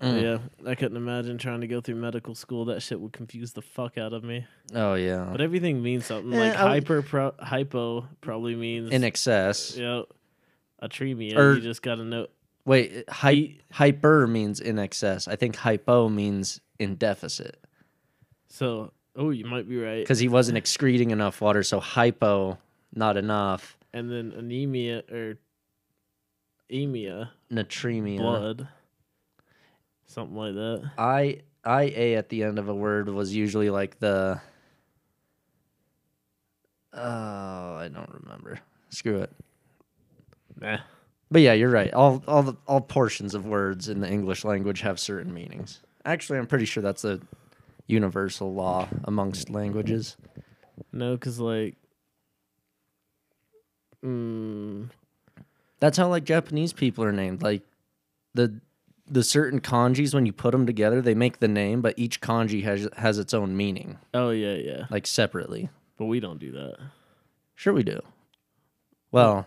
[SPEAKER 2] Mm.
[SPEAKER 1] Yeah, I couldn't imagine trying to go through medical school. That shit would confuse the fuck out of me.
[SPEAKER 2] oh yeah
[SPEAKER 1] But everything means something.
[SPEAKER 2] Eh,
[SPEAKER 1] like
[SPEAKER 2] I would-
[SPEAKER 1] hyper pro- hypo probably means
[SPEAKER 2] in excess
[SPEAKER 1] you know, atremia.
[SPEAKER 2] Or-
[SPEAKER 1] you just gotta know.
[SPEAKER 2] wait hy- hyper means in excess i think hypo means in deficit
[SPEAKER 1] So, oh, you might be right.
[SPEAKER 2] because he wasn't excreting enough water so hypo not enough
[SPEAKER 1] And then anemia or emia,
[SPEAKER 2] natremia
[SPEAKER 1] blood, something like that.
[SPEAKER 2] I I a at the end of a word was usually like the. Oh, I don't remember. Screw it.
[SPEAKER 1] Nah.
[SPEAKER 2] But yeah, you're right. All all the, all portions of words in the English language have certain meanings. Actually, I'm pretty sure that's a universal law amongst languages.
[SPEAKER 1] No, because like, mm,
[SPEAKER 2] That's how like Japanese people are named. Like the the certain kanjis when you put them together, they make the name, but each kanji has has its own meaning,
[SPEAKER 1] oh yeah, yeah.
[SPEAKER 2] like separately.
[SPEAKER 1] But we don't do that.
[SPEAKER 2] Sure,
[SPEAKER 1] Hmm.
[SPEAKER 2] we do. Well,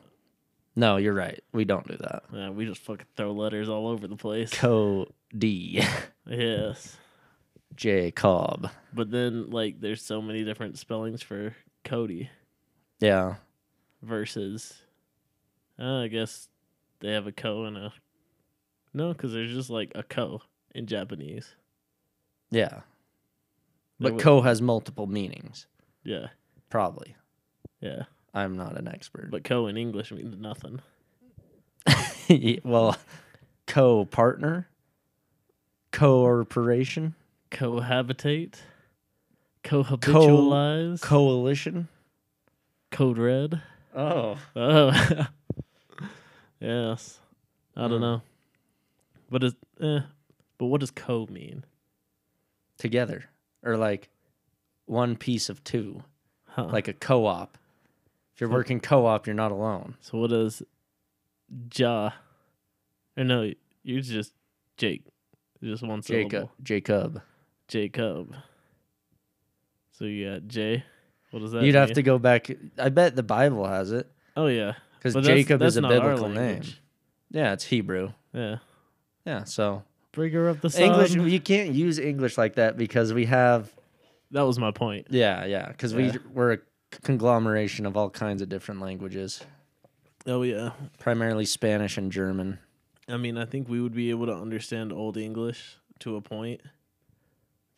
[SPEAKER 2] no, you're right. We don't do that.
[SPEAKER 1] Yeah, we just fucking throw letters all over the place.
[SPEAKER 2] Co D
[SPEAKER 1] Yes.
[SPEAKER 2] J Cobb.
[SPEAKER 1] But then like there's so many different spellings for Cody
[SPEAKER 2] Yeah.
[SPEAKER 1] versus uh, I guess they have a ko and a No, cuz there's just like a ko in Japanese.
[SPEAKER 2] Yeah.
[SPEAKER 1] There
[SPEAKER 2] But
[SPEAKER 1] wa-
[SPEAKER 2] co has multiple meanings,
[SPEAKER 1] Yeah.
[SPEAKER 2] probably.
[SPEAKER 1] Yeah.
[SPEAKER 2] I'm not an expert.
[SPEAKER 1] But ko in English means nothing.
[SPEAKER 2] well, co partner, corporation,
[SPEAKER 1] Cohabitate, cohabitualize,
[SPEAKER 2] coalition.
[SPEAKER 1] code red.
[SPEAKER 2] Oh.
[SPEAKER 1] Oh, yes. I
[SPEAKER 2] Hmm.
[SPEAKER 1] don't know. But is eh. But what does co mean?
[SPEAKER 2] Together. Or like one piece of two,
[SPEAKER 1] Huh.
[SPEAKER 2] like a co op. If you're working co op, you're not alone.
[SPEAKER 1] so what does ja? Or no, you're just Jake. Just one syllable.
[SPEAKER 2] Jacob. Jacob.
[SPEAKER 1] Jacob. So you got J. What does that?
[SPEAKER 2] You'd have
[SPEAKER 1] mean?
[SPEAKER 2] to go back. I bet the Bible has it
[SPEAKER 1] Oh yeah,
[SPEAKER 2] because
[SPEAKER 1] But that's-
[SPEAKER 2] Jacob
[SPEAKER 1] that's
[SPEAKER 2] is a
[SPEAKER 1] not our
[SPEAKER 2] biblical name.
[SPEAKER 1] language.
[SPEAKER 2] Yeah, it's Hebrew.
[SPEAKER 1] Yeah.
[SPEAKER 2] Yeah, so
[SPEAKER 1] Bring her up the sun.
[SPEAKER 2] English you can't use English like that because we have
[SPEAKER 1] That was my point.
[SPEAKER 2] yeah yeah because
[SPEAKER 1] Yeah.
[SPEAKER 2] we we're a conglomeration of all kinds of different languages,
[SPEAKER 1] Oh yeah.
[SPEAKER 2] primarily Spanish and German.
[SPEAKER 1] I mean, I think we would be able to understand Old English to a point.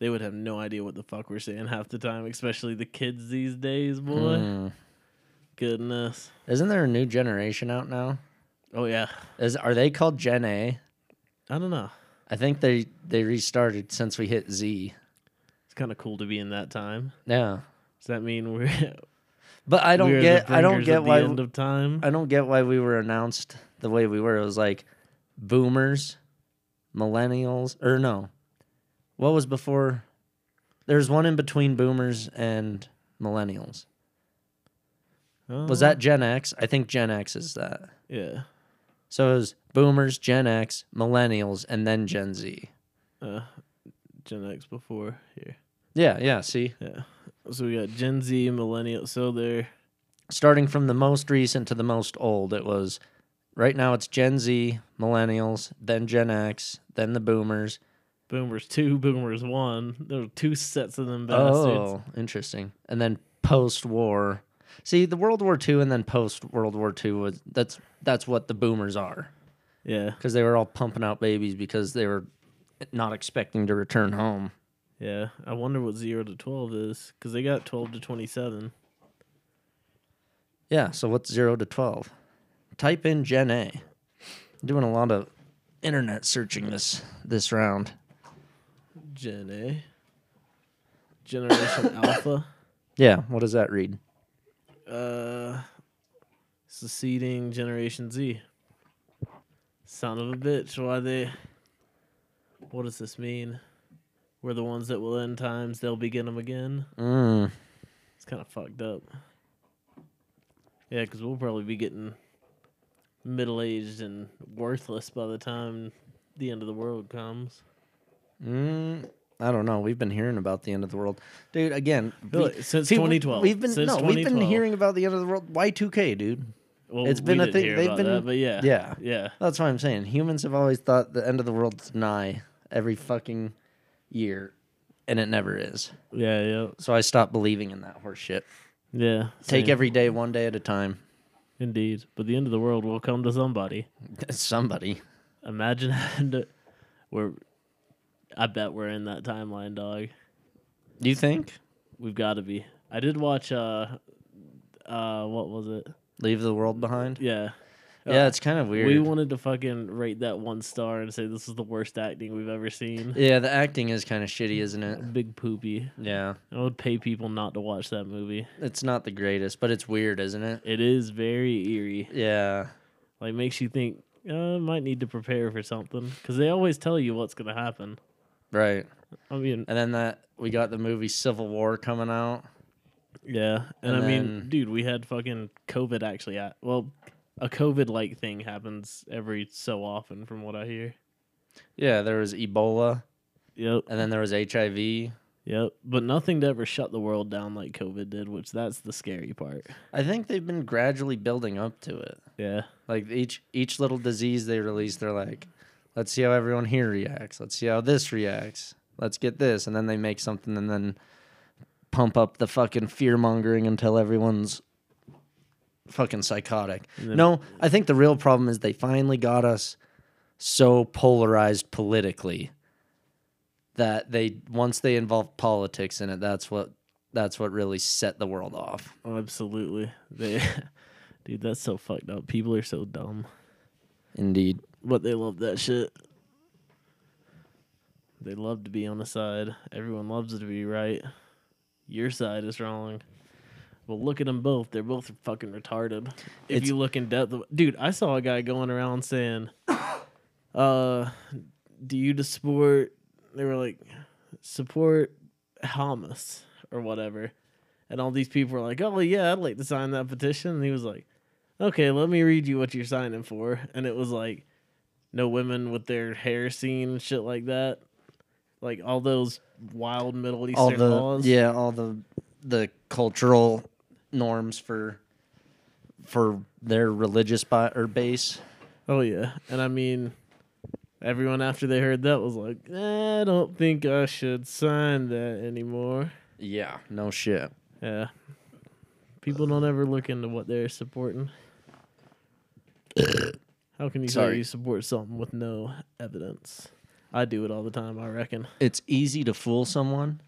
[SPEAKER 1] They would have no idea what the fuck we're saying half the time, especially the kids these days, boy.
[SPEAKER 2] Hmm.
[SPEAKER 1] Goodness.
[SPEAKER 2] Isn't there a new generation out now?
[SPEAKER 1] Oh yeah.
[SPEAKER 2] Is are they called Gen A?
[SPEAKER 1] I don't know.
[SPEAKER 2] I think they they restarted since we hit Z.
[SPEAKER 1] It's kind of cool to be in that time.
[SPEAKER 2] Yeah,
[SPEAKER 1] Does that mean we're?
[SPEAKER 2] but I don't
[SPEAKER 1] we're the
[SPEAKER 2] get I don't
[SPEAKER 1] bringers
[SPEAKER 2] get
[SPEAKER 1] of
[SPEAKER 2] why
[SPEAKER 1] the end of time.
[SPEAKER 2] I don't get why we were announced the way we were. It was like boomers, millennials, or no. What was before? There's one in between boomers and millennials. Was
[SPEAKER 1] Uh,
[SPEAKER 2] that Gen X? I think Gen X is that.
[SPEAKER 1] Yeah.
[SPEAKER 2] So it was boomers, Gen X, millennials, and then Gen Z.
[SPEAKER 1] Uh, Gen X before here.
[SPEAKER 2] Yeah, yeah, see?
[SPEAKER 1] Yeah. So we got Gen Z, millennial. So they're
[SPEAKER 2] Starting from the most recent to the most old, it was right now it's Gen Z, millennials, then Gen X, then the boomers.
[SPEAKER 1] boomers two, boomers one. There were two sets of them bastards.
[SPEAKER 2] Oh, interesting. And then post war. See, the World War II and then post World War II was that's that's what the boomers are
[SPEAKER 1] Yeah.
[SPEAKER 2] because they were all pumping out babies because they were not expecting to return home.
[SPEAKER 1] Yeah, I wonder what zero to twelve is because they got twelve to twenty-seven.
[SPEAKER 2] Yeah, so what's 0 to 12? Type in Gen A. I'm doing a lot of internet searching this this round.
[SPEAKER 1] Gen A, Generation Alpha,
[SPEAKER 2] Yeah, what does that read?
[SPEAKER 1] uh, succeeding Generation Z. Son of a bitch! Why they? What does this mean? We're the ones that will end times; they'll begin them again.
[SPEAKER 2] Mm.
[SPEAKER 1] It's kind of fucked up. Yeah, because we'll probably be getting middle aged and worthless by the time the end of the world comes.
[SPEAKER 2] Mm, I don't know. We've been hearing about the end of the world, dude. Again,
[SPEAKER 1] feel
[SPEAKER 2] we-
[SPEAKER 1] like since
[SPEAKER 2] see, we-
[SPEAKER 1] 2012,
[SPEAKER 2] we've been
[SPEAKER 1] since
[SPEAKER 2] no, we've been
[SPEAKER 1] 2012.
[SPEAKER 2] hearing about the end of the world. Y two K, dude.
[SPEAKER 1] Well,
[SPEAKER 2] It's
[SPEAKER 1] we
[SPEAKER 2] been a
[SPEAKER 1] didn't
[SPEAKER 2] thing-
[SPEAKER 1] hear
[SPEAKER 2] they've
[SPEAKER 1] about
[SPEAKER 2] been-
[SPEAKER 1] that, but yeah,
[SPEAKER 2] yeah.
[SPEAKER 1] yeah.
[SPEAKER 2] That's what I'm saying. Humans have always thought the end of the world's nigh every fucking year, and it never is.
[SPEAKER 1] Yeah, yeah,
[SPEAKER 2] So I stopped believing in that horse shit.
[SPEAKER 1] yeah.
[SPEAKER 2] Take
[SPEAKER 1] same.
[SPEAKER 2] every day one day at a time.
[SPEAKER 1] indeed, but the end of the world will come to somebody.
[SPEAKER 2] Somebody.
[SPEAKER 1] Imagine having to. We're, I bet we're in that timeline, dog.
[SPEAKER 2] Do you think?
[SPEAKER 1] We've got to be. I did watch. Uh, uh, what was it?
[SPEAKER 2] Leave the world behind?
[SPEAKER 1] Yeah,
[SPEAKER 2] yeah, it's kind of weird.
[SPEAKER 1] Uh, we wanted to fucking rate that one star and say this is the worst acting we've ever seen.
[SPEAKER 2] yeah, the acting is kind of shitty, isn't it?
[SPEAKER 1] Big poopy.
[SPEAKER 2] Yeah.
[SPEAKER 1] I would pay people not to watch that movie.
[SPEAKER 2] It's not the greatest, but it's weird, isn't it?
[SPEAKER 1] It is very eerie.
[SPEAKER 2] Yeah.
[SPEAKER 1] Like makes you think. Uh, I might need to prepare for something because they always tell you what's gonna happen.
[SPEAKER 2] Right.
[SPEAKER 1] I mean,
[SPEAKER 2] And then that we got the movie Civil War coming out.
[SPEAKER 1] Yeah, and,
[SPEAKER 2] And
[SPEAKER 1] I
[SPEAKER 2] then-
[SPEAKER 1] mean, dude, we had fucking COVID actually. At, well, a COVID like thing happens every so often, from what I hear.
[SPEAKER 2] Yeah, there was Ebola
[SPEAKER 1] Yep,
[SPEAKER 2] and then there was HIV.
[SPEAKER 1] yep. But nothing to ever shut the world down like COVID did, which that's the scary part.
[SPEAKER 2] I think they've been gradually building up to it.
[SPEAKER 1] Yeah,
[SPEAKER 2] Like each each little disease they release, they're like, let's see how everyone here reacts. Let's see how this reacts. Let's get this, and then they make something, and then pump up the fucking fear mongering until everyone's fucking psychotic.
[SPEAKER 1] And then-
[SPEAKER 2] no, I think the real problem is they finally got us so polarized politically that they once they involve politics in it, that's what that's what really set the world off.
[SPEAKER 1] absolutely. They, dude, that's so fucked up. People are so dumb,
[SPEAKER 2] Indeed.
[SPEAKER 1] but they love that shit. They love to be on the side. Everyone loves to be right. Your side is wrong. Well, look at them both. They're both fucking retarded. If
[SPEAKER 2] It's-
[SPEAKER 1] you look in depth, dude, I saw a guy going around saying, "Uh, do you just support?" They were like, "Support Hamas or whatever," and all these people were like, "Oh yeah, I'd like to sign that petition." And he was like, "Okay, let me read you what you're signing for," and it was like, no women with their hair seen and shit like that, like all those wild Middle Eastern
[SPEAKER 2] all the
[SPEAKER 1] laws.
[SPEAKER 2] yeah all the the cultural norms for for their religious bi- or base
[SPEAKER 1] Oh yeah, and I mean, everyone after they heard that was like, "Eh, I don't think I should sign that anymore.
[SPEAKER 2] yeah no shit
[SPEAKER 1] Yeah, people don't ever look into what they're supporting. How can you
[SPEAKER 2] Sorry.
[SPEAKER 1] say you support something with no evidence? I do it all the time. I reckon.
[SPEAKER 2] it's easy to fool someone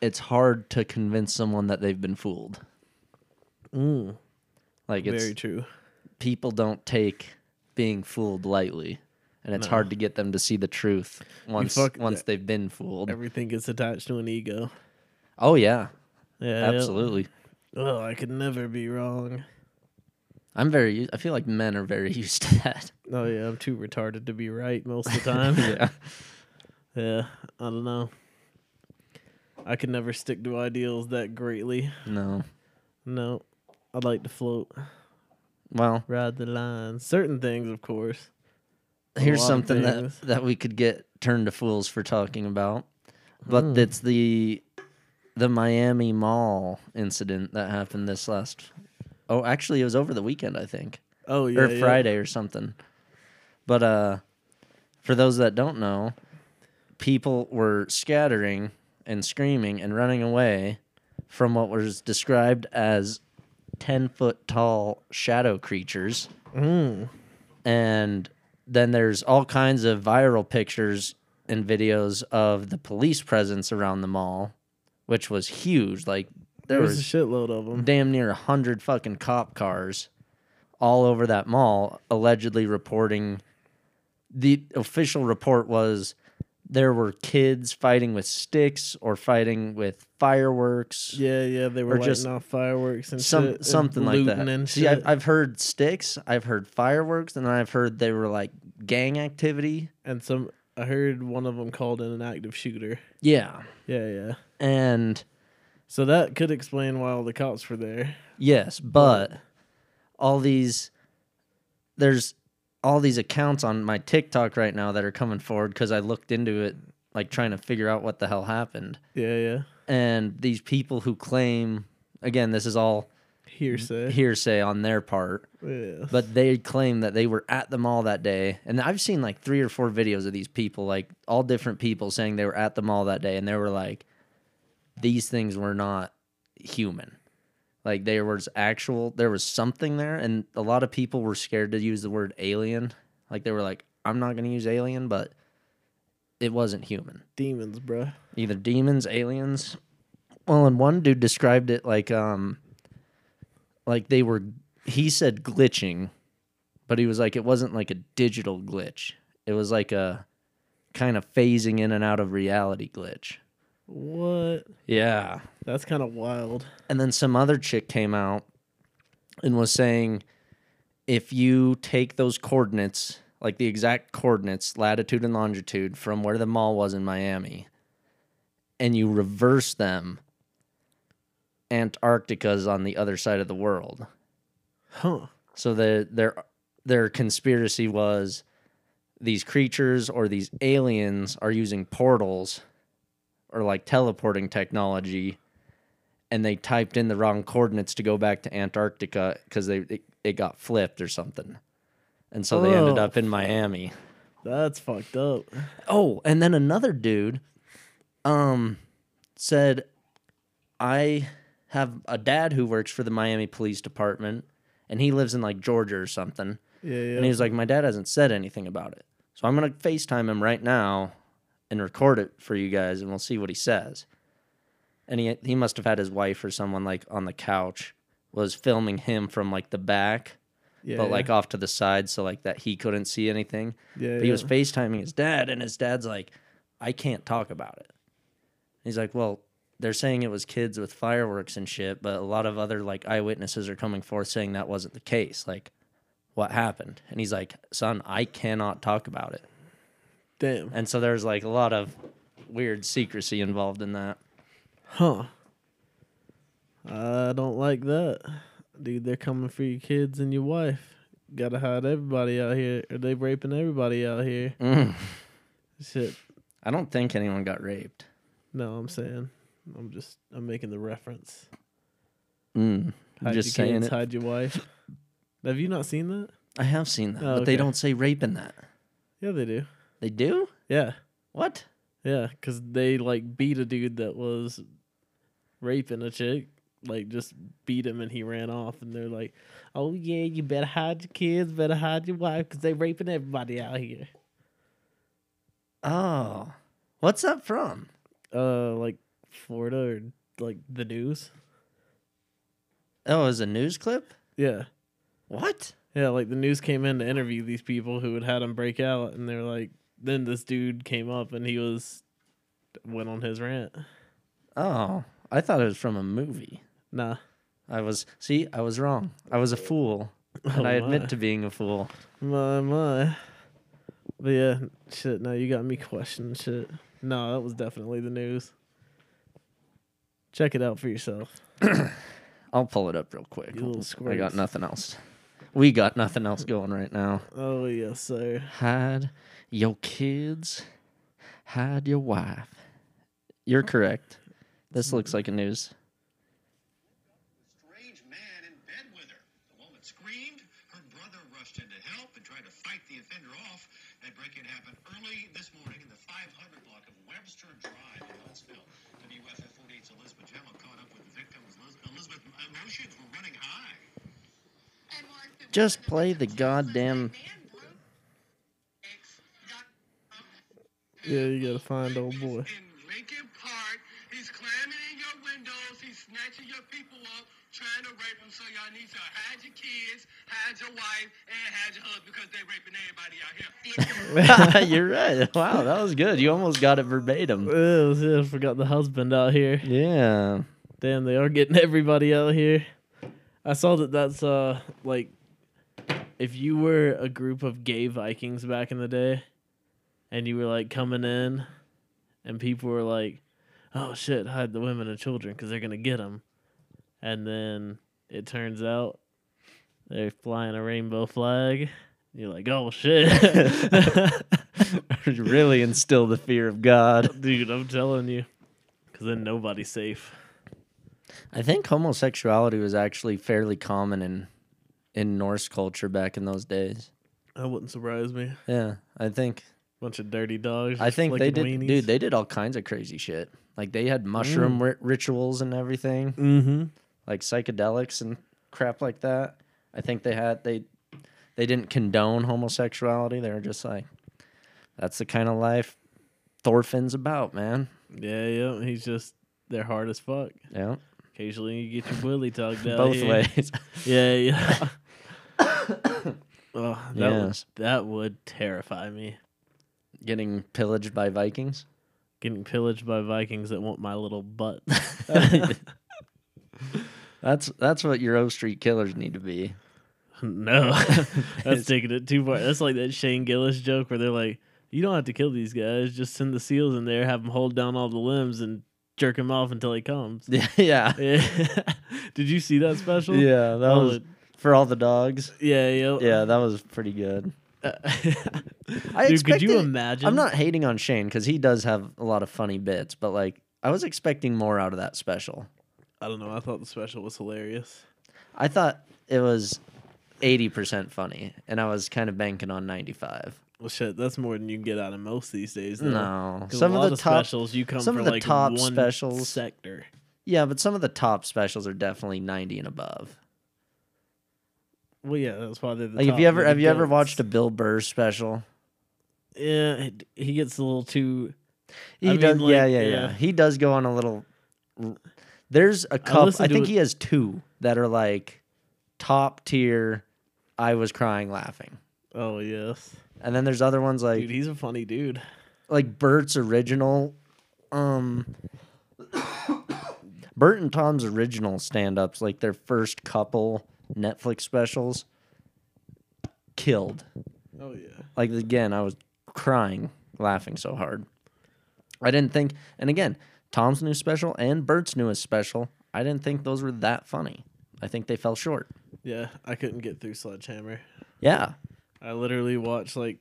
[SPEAKER 2] it's hard to convince someone that they've been fooled
[SPEAKER 1] Mm,
[SPEAKER 2] like it's
[SPEAKER 1] very true.
[SPEAKER 2] people don't take being fooled lightly and it's
[SPEAKER 1] No.
[SPEAKER 2] hard to get them to see the truth once
[SPEAKER 1] fuck-
[SPEAKER 2] once they've been fooled
[SPEAKER 1] Everything gets attached to an ego.
[SPEAKER 2] oh yeah
[SPEAKER 1] Yeah,
[SPEAKER 2] absolutely
[SPEAKER 1] Oh, I could never be wrong.
[SPEAKER 2] i'm very u- i feel like men are very used to that
[SPEAKER 1] Oh yeah, I'm too retarded to be right most of the time.
[SPEAKER 2] yeah
[SPEAKER 1] Yeah, I don't know. I could never stick to ideals that greatly.
[SPEAKER 2] no
[SPEAKER 1] No, I'd like to float,
[SPEAKER 2] well
[SPEAKER 1] ride the line. Certain things, of course. a
[SPEAKER 2] here's
[SPEAKER 1] lot of
[SPEAKER 2] something that,
[SPEAKER 1] things.
[SPEAKER 2] that we could get turned to fools for talking about but
[SPEAKER 1] Hmm.
[SPEAKER 2] it's the the miami mall incident that happened this last oh actually it was over the weekend i think
[SPEAKER 1] Oh yeah,
[SPEAKER 2] or
[SPEAKER 1] yeah.
[SPEAKER 2] friday or something but uh for those that don't know people were scattering and screaming and running away from what was described as 10 foot tall shadow creatures
[SPEAKER 1] Mm.
[SPEAKER 2] and then there's all kinds of viral pictures and videos of the police presence around the mall, which was huge. Like there
[SPEAKER 1] There was a
[SPEAKER 2] was
[SPEAKER 1] shitload of them.
[SPEAKER 2] damn near a hundred fucking cop cars all over that mall, allegedly reporting. The official report was there were kids fighting with sticks or fighting with fireworks
[SPEAKER 1] Yeah, yeah, they were
[SPEAKER 2] Or
[SPEAKER 1] lighting
[SPEAKER 2] just
[SPEAKER 1] off fireworks and shit
[SPEAKER 2] some
[SPEAKER 1] and
[SPEAKER 2] something like that.
[SPEAKER 1] looting And
[SPEAKER 2] See, I've,
[SPEAKER 1] shit.
[SPEAKER 2] I've heard sticks, I've heard fireworks, and then I've heard they were like gang activity.
[SPEAKER 1] and some. I heard one of them called in an active shooter.
[SPEAKER 2] Yeah,
[SPEAKER 1] Yeah, yeah.
[SPEAKER 2] and
[SPEAKER 1] So that could explain why all the cops were there.
[SPEAKER 2] yes, but all these there's all these accounts on my TikTok right now that are coming forward because I looked into it, like trying to figure out what the hell happened.
[SPEAKER 1] Yeah, yeah.
[SPEAKER 2] And these people who claim, again, this is all
[SPEAKER 1] Hearsay.
[SPEAKER 2] hearsay on their part,
[SPEAKER 1] yeah.
[SPEAKER 2] but they claim that they were at the mall that day. And I've seen like three or four videos of these people, like all different people saying they were at the mall that day. And they were like, these things were not human. Like there was actual, there was something there. And a lot of people were scared to use the word alien. Like they were like, I'm not going to use alien, but it wasn't human
[SPEAKER 1] Demons, bro.
[SPEAKER 2] either demons, aliens. Well, and one dude described it like um like they were he said glitching, but he was like it wasn't like a digital glitch. It was like a kind of phasing in and out of reality glitch.
[SPEAKER 1] What?
[SPEAKER 2] Yeah.
[SPEAKER 1] That's kind of wild.
[SPEAKER 2] And then some other chick came out and was saying if you take those coordinates, like the exact coordinates, latitude and longitude from where the mall was in Miami, and you reverse them, Antarctica's on the other side of the world.
[SPEAKER 1] Huh.
[SPEAKER 2] So the, their their conspiracy was these creatures or these aliens are using portals or like teleporting technology and they typed in the wrong coordinates to go back to Antarctica cuz they it, it got flipped or something. And so they ended
[SPEAKER 1] Oh,
[SPEAKER 2] up in Miami.
[SPEAKER 1] That's fucked up.
[SPEAKER 2] Oh, and then another dude um said I have a dad who works for the Miami Police Department and he lives in like Georgia or something.
[SPEAKER 1] Yeah, yeah.
[SPEAKER 2] And he was like, My dad hasn't said anything about it. So I'm going to FaceTime him right now and record it for you guys and we'll see what he says. And he, he must have had his wife or someone like on the couch was filming him from like the back,
[SPEAKER 1] yeah,
[SPEAKER 2] but
[SPEAKER 1] yeah.
[SPEAKER 2] like off to the side so like that he couldn't see anything.
[SPEAKER 1] yeah,
[SPEAKER 2] But he was FaceTiming his dad and his dad's like, I can't talk about it. He's like, Well, they're saying it was kids with fireworks and shit, but a lot of other like eyewitnesses are coming forth saying that wasn't the case. Like, what happened? And he's like, Son, I cannot talk about it.
[SPEAKER 1] Damn.
[SPEAKER 2] And so there's like a lot of weird secrecy involved in that.
[SPEAKER 1] Huh. I don't like that. Dude, they're coming for your kids and your wife. Gotta hide everybody out here. Or they raping everybody out here.
[SPEAKER 2] Mm.
[SPEAKER 1] Shit.
[SPEAKER 2] I don't think anyone got raped.
[SPEAKER 1] No, I'm saying. I'm just I'm making the reference.
[SPEAKER 2] Mm. I'm
[SPEAKER 1] Hide
[SPEAKER 2] just
[SPEAKER 1] your
[SPEAKER 2] saying
[SPEAKER 1] kids,
[SPEAKER 2] it.
[SPEAKER 1] hide your wife. Have you not seen that?
[SPEAKER 2] I have seen that,
[SPEAKER 1] Oh,
[SPEAKER 2] but they
[SPEAKER 1] okay.
[SPEAKER 2] don't say rape in that.
[SPEAKER 1] Yeah, they do.
[SPEAKER 2] They do?
[SPEAKER 1] Yeah.
[SPEAKER 2] What?
[SPEAKER 1] Yeah, because they like beat a dude that was raping a chick. Like just beat him and he ran off. And they're like, "Oh yeah, you better hide your kids, better hide your wife, because they raping everybody out here."
[SPEAKER 2] Oh. What's that from?
[SPEAKER 1] Uh, like Florida or like the news.
[SPEAKER 2] Oh, it was a news clip?
[SPEAKER 1] Yeah,
[SPEAKER 2] What?
[SPEAKER 1] yeah. Like the news came in to interview these people who had had him break out, and they're like, then this dude came up and he was went on his rant.
[SPEAKER 2] Oh, I thought it was from a movie.
[SPEAKER 1] Nah,
[SPEAKER 2] I was see, I was wrong. I was a fool, and I
[SPEAKER 1] Oh, my.
[SPEAKER 2] admit to being a fool.
[SPEAKER 1] My my. But yeah, shit, now you got me questioning shit. No, that was definitely the news. Check it out for yourself.
[SPEAKER 2] I'll pull it up real quick.
[SPEAKER 1] You little
[SPEAKER 2] I
[SPEAKER 1] squirts.
[SPEAKER 2] got nothing else. We got nothing else going right now.
[SPEAKER 1] Oh yes, sir.
[SPEAKER 2] Hide your kids. Hide your wife. You're correct. This looks like a news.
[SPEAKER 3] strange man in bed with her. The woman screamed. Her brother rushed in to help and tried to fight the offender off. That break-in happened early this morning in the 500 block of Webster Drive in Huntsville. WFF 48's Elizabeth Jello caught up with the victims. Liz- Elizabeth, emotions were running high.
[SPEAKER 2] Just play the goddamn.
[SPEAKER 1] Yeah, you gotta find old boy.
[SPEAKER 3] In Lincoln Park, he's climbing in your windows, he's snatching your people up, trying to rape them. So y'all need to hide your kids, hide your wife, and hide your husband because they raping everybody out here.
[SPEAKER 2] You're right. Wow, that was good. You almost got it verbatim.
[SPEAKER 1] Oh, shit, I forgot the husband out here.
[SPEAKER 2] Yeah.
[SPEAKER 1] Damn, they are getting everybody out here. I saw that that's uh like if you were a group of gay Vikings back in the day and you were like coming in and people were like, "Oh shit, hide the women and children cuz they're going to get them." And then it turns out they're flying a rainbow flag You're like, oh shit,
[SPEAKER 2] really instill the fear of God.
[SPEAKER 1] dude. I'm telling you, because then nobody's safe.
[SPEAKER 2] I think homosexuality was actually fairly common in in Norse culture back in those days.
[SPEAKER 1] That wouldn't surprise me.
[SPEAKER 2] Yeah, I think
[SPEAKER 1] Bunch of dirty dogs.
[SPEAKER 2] I
[SPEAKER 1] just
[SPEAKER 2] think they did,
[SPEAKER 1] flicking weenies.
[SPEAKER 2] dude. They did all kinds of crazy shit. Like they had mushroom ri- rituals and everything,
[SPEAKER 1] mm-hmm.
[SPEAKER 2] like psychedelics and crap like that. I think they had they they didn't condone homosexuality. They were just like, that's the kind of life Thorfinn's about, man.
[SPEAKER 1] Yeah, yeah. He's just they're hard as fuck.
[SPEAKER 2] Yeah,
[SPEAKER 1] Occasionally you get your willy tugged out.
[SPEAKER 2] both
[SPEAKER 1] here.
[SPEAKER 2] ways.
[SPEAKER 1] Yeah, yeah. oh, that
[SPEAKER 2] Yes.
[SPEAKER 1] would, that would terrify me.
[SPEAKER 2] Getting pillaged by Vikings.
[SPEAKER 1] Getting pillaged by Vikings that want my little butt.
[SPEAKER 2] That's that's what your O Street killers need to be.
[SPEAKER 1] no, that's taking it too far. That's like that Shane Gillis joke where they're like, "You don't have to kill these guys. Just send the seals in there, have them hold down all the limbs, and jerk him off until he comes."
[SPEAKER 2] Yeah, yeah,
[SPEAKER 1] Yeah. Did you see that special?
[SPEAKER 2] yeah. That
[SPEAKER 1] Oh,
[SPEAKER 2] was
[SPEAKER 1] it-
[SPEAKER 2] for all the dogs.
[SPEAKER 1] yeah, yeah.
[SPEAKER 2] Yeah, that was pretty good. I
[SPEAKER 1] Dude, could you
[SPEAKER 2] expected-
[SPEAKER 1] imagine?
[SPEAKER 2] I'm not hating on Shane because he does have a lot of funny bits, but like I was expecting more out of that special.
[SPEAKER 1] I don't know. I thought the special was hilarious.
[SPEAKER 2] I thought it was 80% funny, and I was kind of banking on 95.
[SPEAKER 1] Well, shit, that's more than you can get out of most these days. Though.
[SPEAKER 2] No,
[SPEAKER 1] 'Cause
[SPEAKER 2] some
[SPEAKER 1] a
[SPEAKER 2] of
[SPEAKER 1] lot
[SPEAKER 2] the top,
[SPEAKER 1] specials you come
[SPEAKER 2] some
[SPEAKER 1] from
[SPEAKER 2] of the
[SPEAKER 1] like
[SPEAKER 2] top
[SPEAKER 1] one
[SPEAKER 2] specials-
[SPEAKER 1] sector.
[SPEAKER 2] yeah, but some of the top specials are definitely 90 and above.
[SPEAKER 1] Well, yeah, that's why they're the
[SPEAKER 2] Like,
[SPEAKER 1] top.
[SPEAKER 2] have you ever
[SPEAKER 1] they're the
[SPEAKER 2] have you ever
[SPEAKER 1] goats.
[SPEAKER 2] watched a Bill Burr special?
[SPEAKER 1] Yeah, he- he gets a little too.
[SPEAKER 2] He
[SPEAKER 1] I mean,
[SPEAKER 2] does, yeah,
[SPEAKER 1] like,
[SPEAKER 2] yeah, yeah,
[SPEAKER 1] yeah.
[SPEAKER 2] He does go on a little. There's a couple. I,
[SPEAKER 1] listened to
[SPEAKER 2] think
[SPEAKER 1] it-
[SPEAKER 2] he has two that are like top tier. I was crying laughing,
[SPEAKER 1] Oh yes,
[SPEAKER 2] and then there's other ones like
[SPEAKER 1] dude, he's a funny dude.
[SPEAKER 2] like Bert's original. Um, Bert and Tom's original stand-ups, like their first couple Netflix specials, killed.
[SPEAKER 1] Oh yeah,
[SPEAKER 2] like again i was crying laughing so hard i didn't think and again tom's new special and bert's newest special i didn't think those were that funny i think they fell short
[SPEAKER 1] yeah. I couldn't get through Sledgehammer.
[SPEAKER 2] yeah
[SPEAKER 1] I literally watched like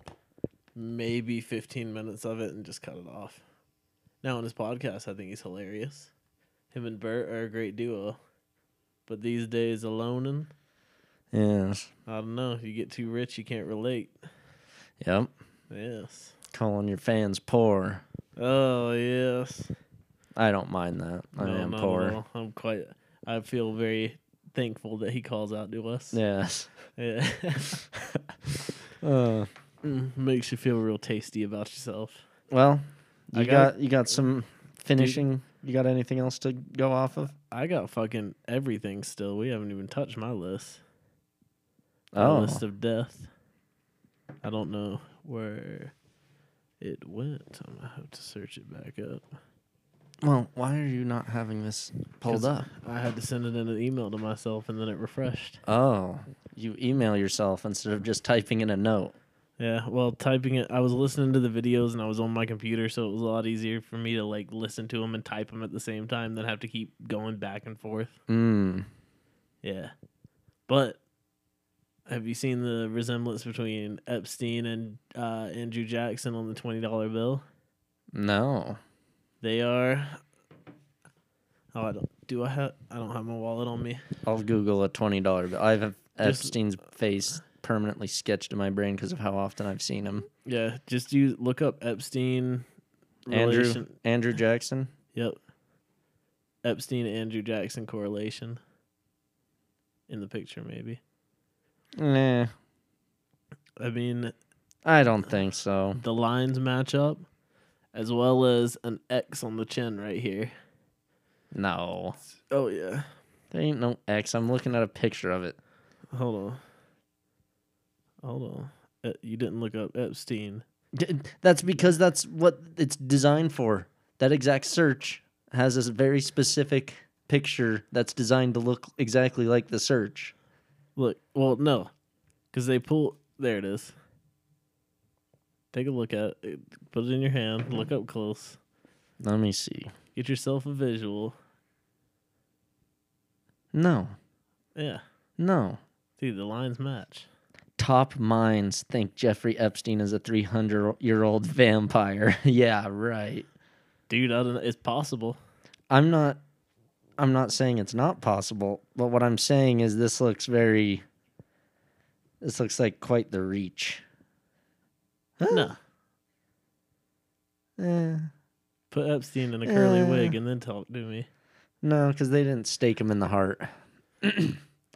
[SPEAKER 1] maybe 15 minutes of it and just cut it off. Now on his podcast, I think he's hilarious. Him and Bert are a great duo, but these days alone and
[SPEAKER 2] yes
[SPEAKER 1] I don't know. You get too rich, you can't relate.
[SPEAKER 2] yep
[SPEAKER 1] Yes.
[SPEAKER 2] calling your fans poor
[SPEAKER 1] Oh yes.
[SPEAKER 2] i don't mind that i
[SPEAKER 1] No,
[SPEAKER 2] am
[SPEAKER 1] not at
[SPEAKER 2] poor
[SPEAKER 1] all. I'm quite. I feel very thankful that he calls out to us.
[SPEAKER 2] yes
[SPEAKER 1] Yeah.
[SPEAKER 2] uh,
[SPEAKER 1] Mm, Makes you feel real tasty about yourself.
[SPEAKER 2] well
[SPEAKER 1] I
[SPEAKER 2] you
[SPEAKER 1] gotta-
[SPEAKER 2] got you got some finishing you got anything else to go off of
[SPEAKER 1] I got fucking everything still. We haven't even touched my list. My
[SPEAKER 2] oh
[SPEAKER 1] list of death. I don't know where it went. I'm gonna have to search it back up.
[SPEAKER 2] well why are you not having this pulled
[SPEAKER 1] 'Cause
[SPEAKER 2] up
[SPEAKER 1] I had to send it in an email to myself, and then it refreshed.
[SPEAKER 2] Oh, you email yourself instead of just typing in a note.
[SPEAKER 1] Yeah, well, typing it, I was listening to the videos and I was on my computer, so it was a lot easier for me to like listen to them and type them at the same time than have to keep going back and forth.
[SPEAKER 2] Mm.
[SPEAKER 1] Yeah. But have you seen the resemblance between Epstein and uh, Andrew Jackson on the $20 bill?
[SPEAKER 2] No.
[SPEAKER 1] They are. Oh, I don't. Do I have? I don't have my wallet on me.
[SPEAKER 2] I'll Google a twenty dollar bill. I have
[SPEAKER 1] Just-
[SPEAKER 2] Epstein's face permanently sketched in my brain because of how often I've seen him.
[SPEAKER 1] Yeah, just use look up Epstein.
[SPEAKER 2] Andrew
[SPEAKER 1] relation-
[SPEAKER 2] Andrew Jackson.
[SPEAKER 1] Yep. Epstein Andrew Jackson correlation. In the picture, maybe.
[SPEAKER 2] Nah,
[SPEAKER 1] I mean,
[SPEAKER 2] I don't think so.
[SPEAKER 1] the lines match up, as well as an X on the chin right here.
[SPEAKER 2] No,
[SPEAKER 1] Oh yeah.
[SPEAKER 2] there ain't no X. I'm looking at a picture of it.
[SPEAKER 1] Hold on. Hold on. E- You didn't look up Epstein.
[SPEAKER 2] D- that's because that's what it's designed for. That exact search has this very specific picture that's designed to look exactly like the search.
[SPEAKER 1] Look, well, no, because they pull. There it is. Take a look at it. Put it in your hand. Look up close.
[SPEAKER 2] Let me see.
[SPEAKER 1] Get yourself a visual.
[SPEAKER 2] No,
[SPEAKER 1] Yeah.
[SPEAKER 2] no.
[SPEAKER 1] See, the lines match.
[SPEAKER 2] top minds think Jeffrey Epstein is a 300 year old vampire. yeah, right.
[SPEAKER 1] dude. I don't know. It's possible.
[SPEAKER 2] I'm not I'm not saying it's not possible, but what I'm saying is this looks very this looks like quite the reach.
[SPEAKER 1] No,
[SPEAKER 2] Eh,
[SPEAKER 1] put Epstein in a curly
[SPEAKER 2] Uh.
[SPEAKER 1] wig and then talk to me.
[SPEAKER 2] no, because they didn't stake him in the heart.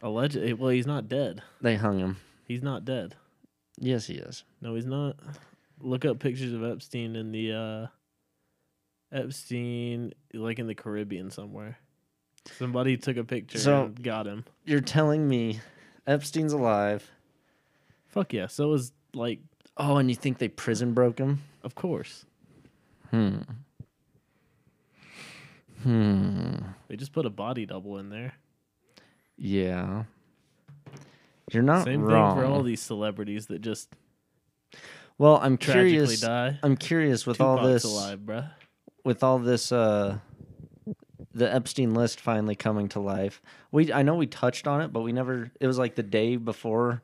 [SPEAKER 1] Allegedly, eh, well, he's not dead.
[SPEAKER 2] They hung him.
[SPEAKER 1] He's not dead.
[SPEAKER 2] Yes, he is.
[SPEAKER 1] No, he's not. Look up pictures of Epstein in the uh Epstein like in the Caribbean somewhere. Somebody took a picture
[SPEAKER 2] So-
[SPEAKER 1] and got him.
[SPEAKER 2] You're telling me Epstein's alive.
[SPEAKER 1] Fuck yeah. So is like
[SPEAKER 2] Oh, and you think they prison broke him?
[SPEAKER 1] of course.
[SPEAKER 2] Hmm. Hmm.
[SPEAKER 1] They just put a body double in there.
[SPEAKER 2] Yeah. You're not
[SPEAKER 1] Same
[SPEAKER 2] wrong.
[SPEAKER 1] thing for all these celebrities that just
[SPEAKER 2] well, I'm
[SPEAKER 1] tragically
[SPEAKER 2] curious.
[SPEAKER 1] die.
[SPEAKER 2] I'm curious with all
[SPEAKER 1] Tupac's
[SPEAKER 2] this
[SPEAKER 1] alive, bruh.
[SPEAKER 2] with all this uh the Epstein list finally coming to life. We I know we touched on it, but we never it was like the day before